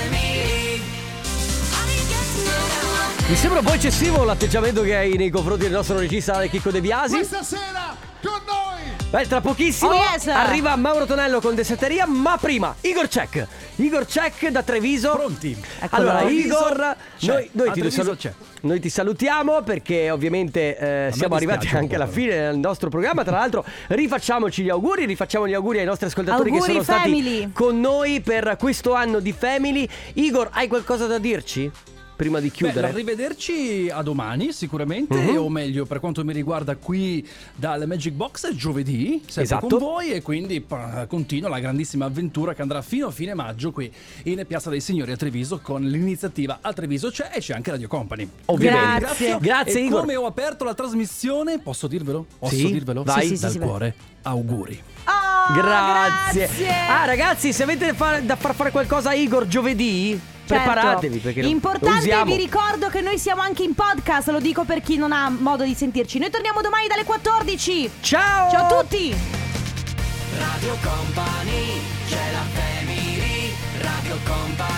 Speaker 1: Mi sembra un po' eccessivo l'atteggiamento che hai nei confronti del nostro regista Chicco De Biasi.
Speaker 3: sera con noi.
Speaker 1: Beh, tra pochissimo
Speaker 3: Oh, yes!
Speaker 1: arriva Mauro Tonello con Dessetteria, ma prima Igor Cech. Igor Cech da Treviso. Ecco, Pronti. Allora,
Speaker 4: Eccolo.
Speaker 1: Igor,
Speaker 4: C'è.
Speaker 1: noi, noi
Speaker 4: A
Speaker 1: ti
Speaker 4: Treviso
Speaker 1: salu-
Speaker 4: c'è.
Speaker 1: noi ti salutiamo perché ovviamente eh, siamo
Speaker 4: dispiace
Speaker 1: arrivati
Speaker 4: un
Speaker 1: anche
Speaker 4: po',
Speaker 1: alla fine del nostro programma. Tra l'altro, rifacciamoci gli auguri, rifacciamo gli auguri ai nostri ascoltatori che
Speaker 2: Auguri,
Speaker 1: sono
Speaker 2: Family.
Speaker 1: stati con noi per questo anno di Family. Igor, hai qualcosa da dirci? Prima di chiudere. Mhm.
Speaker 4: Beh, arrivederci a domani sicuramente, o meglio per quanto mi riguarda qui dal Magic Box giovedì, sempre
Speaker 1: Esatto.
Speaker 4: con voi e quindi pa, continua la grandissima avventura che andrà fino a fine maggio qui in Piazza dei Signori a Treviso con l'iniziativa A Treviso c'è e c'è anche Radio Company.
Speaker 1: Ovviamente.
Speaker 4: Grazie,
Speaker 1: Grazie. Grazie,
Speaker 4: e
Speaker 1: Igor.
Speaker 4: Come ho aperto la trasmissione, posso dirvelo? Posso
Speaker 1: Sì?
Speaker 4: dirvelo?
Speaker 1: Vai. Sì, sì, sì,
Speaker 4: dal
Speaker 1: sì, vai.
Speaker 4: cuore. Auguri.
Speaker 2: Oh,
Speaker 1: Grazie. Ah, ragazzi, se avete fa- da far fare qualcosa a Igor giovedì,
Speaker 2: Certo.
Speaker 1: preparatevi perché lo-
Speaker 2: Importante,
Speaker 1: lo usiamo.
Speaker 2: vi ricordo che noi siamo anche in podcast, lo dico per chi non ha modo di sentirci. Noi torniamo domani dalle 14.
Speaker 1: Ciao!
Speaker 2: Ciao a tutti!
Speaker 3: Radio Company, c'è la family. Radio Company.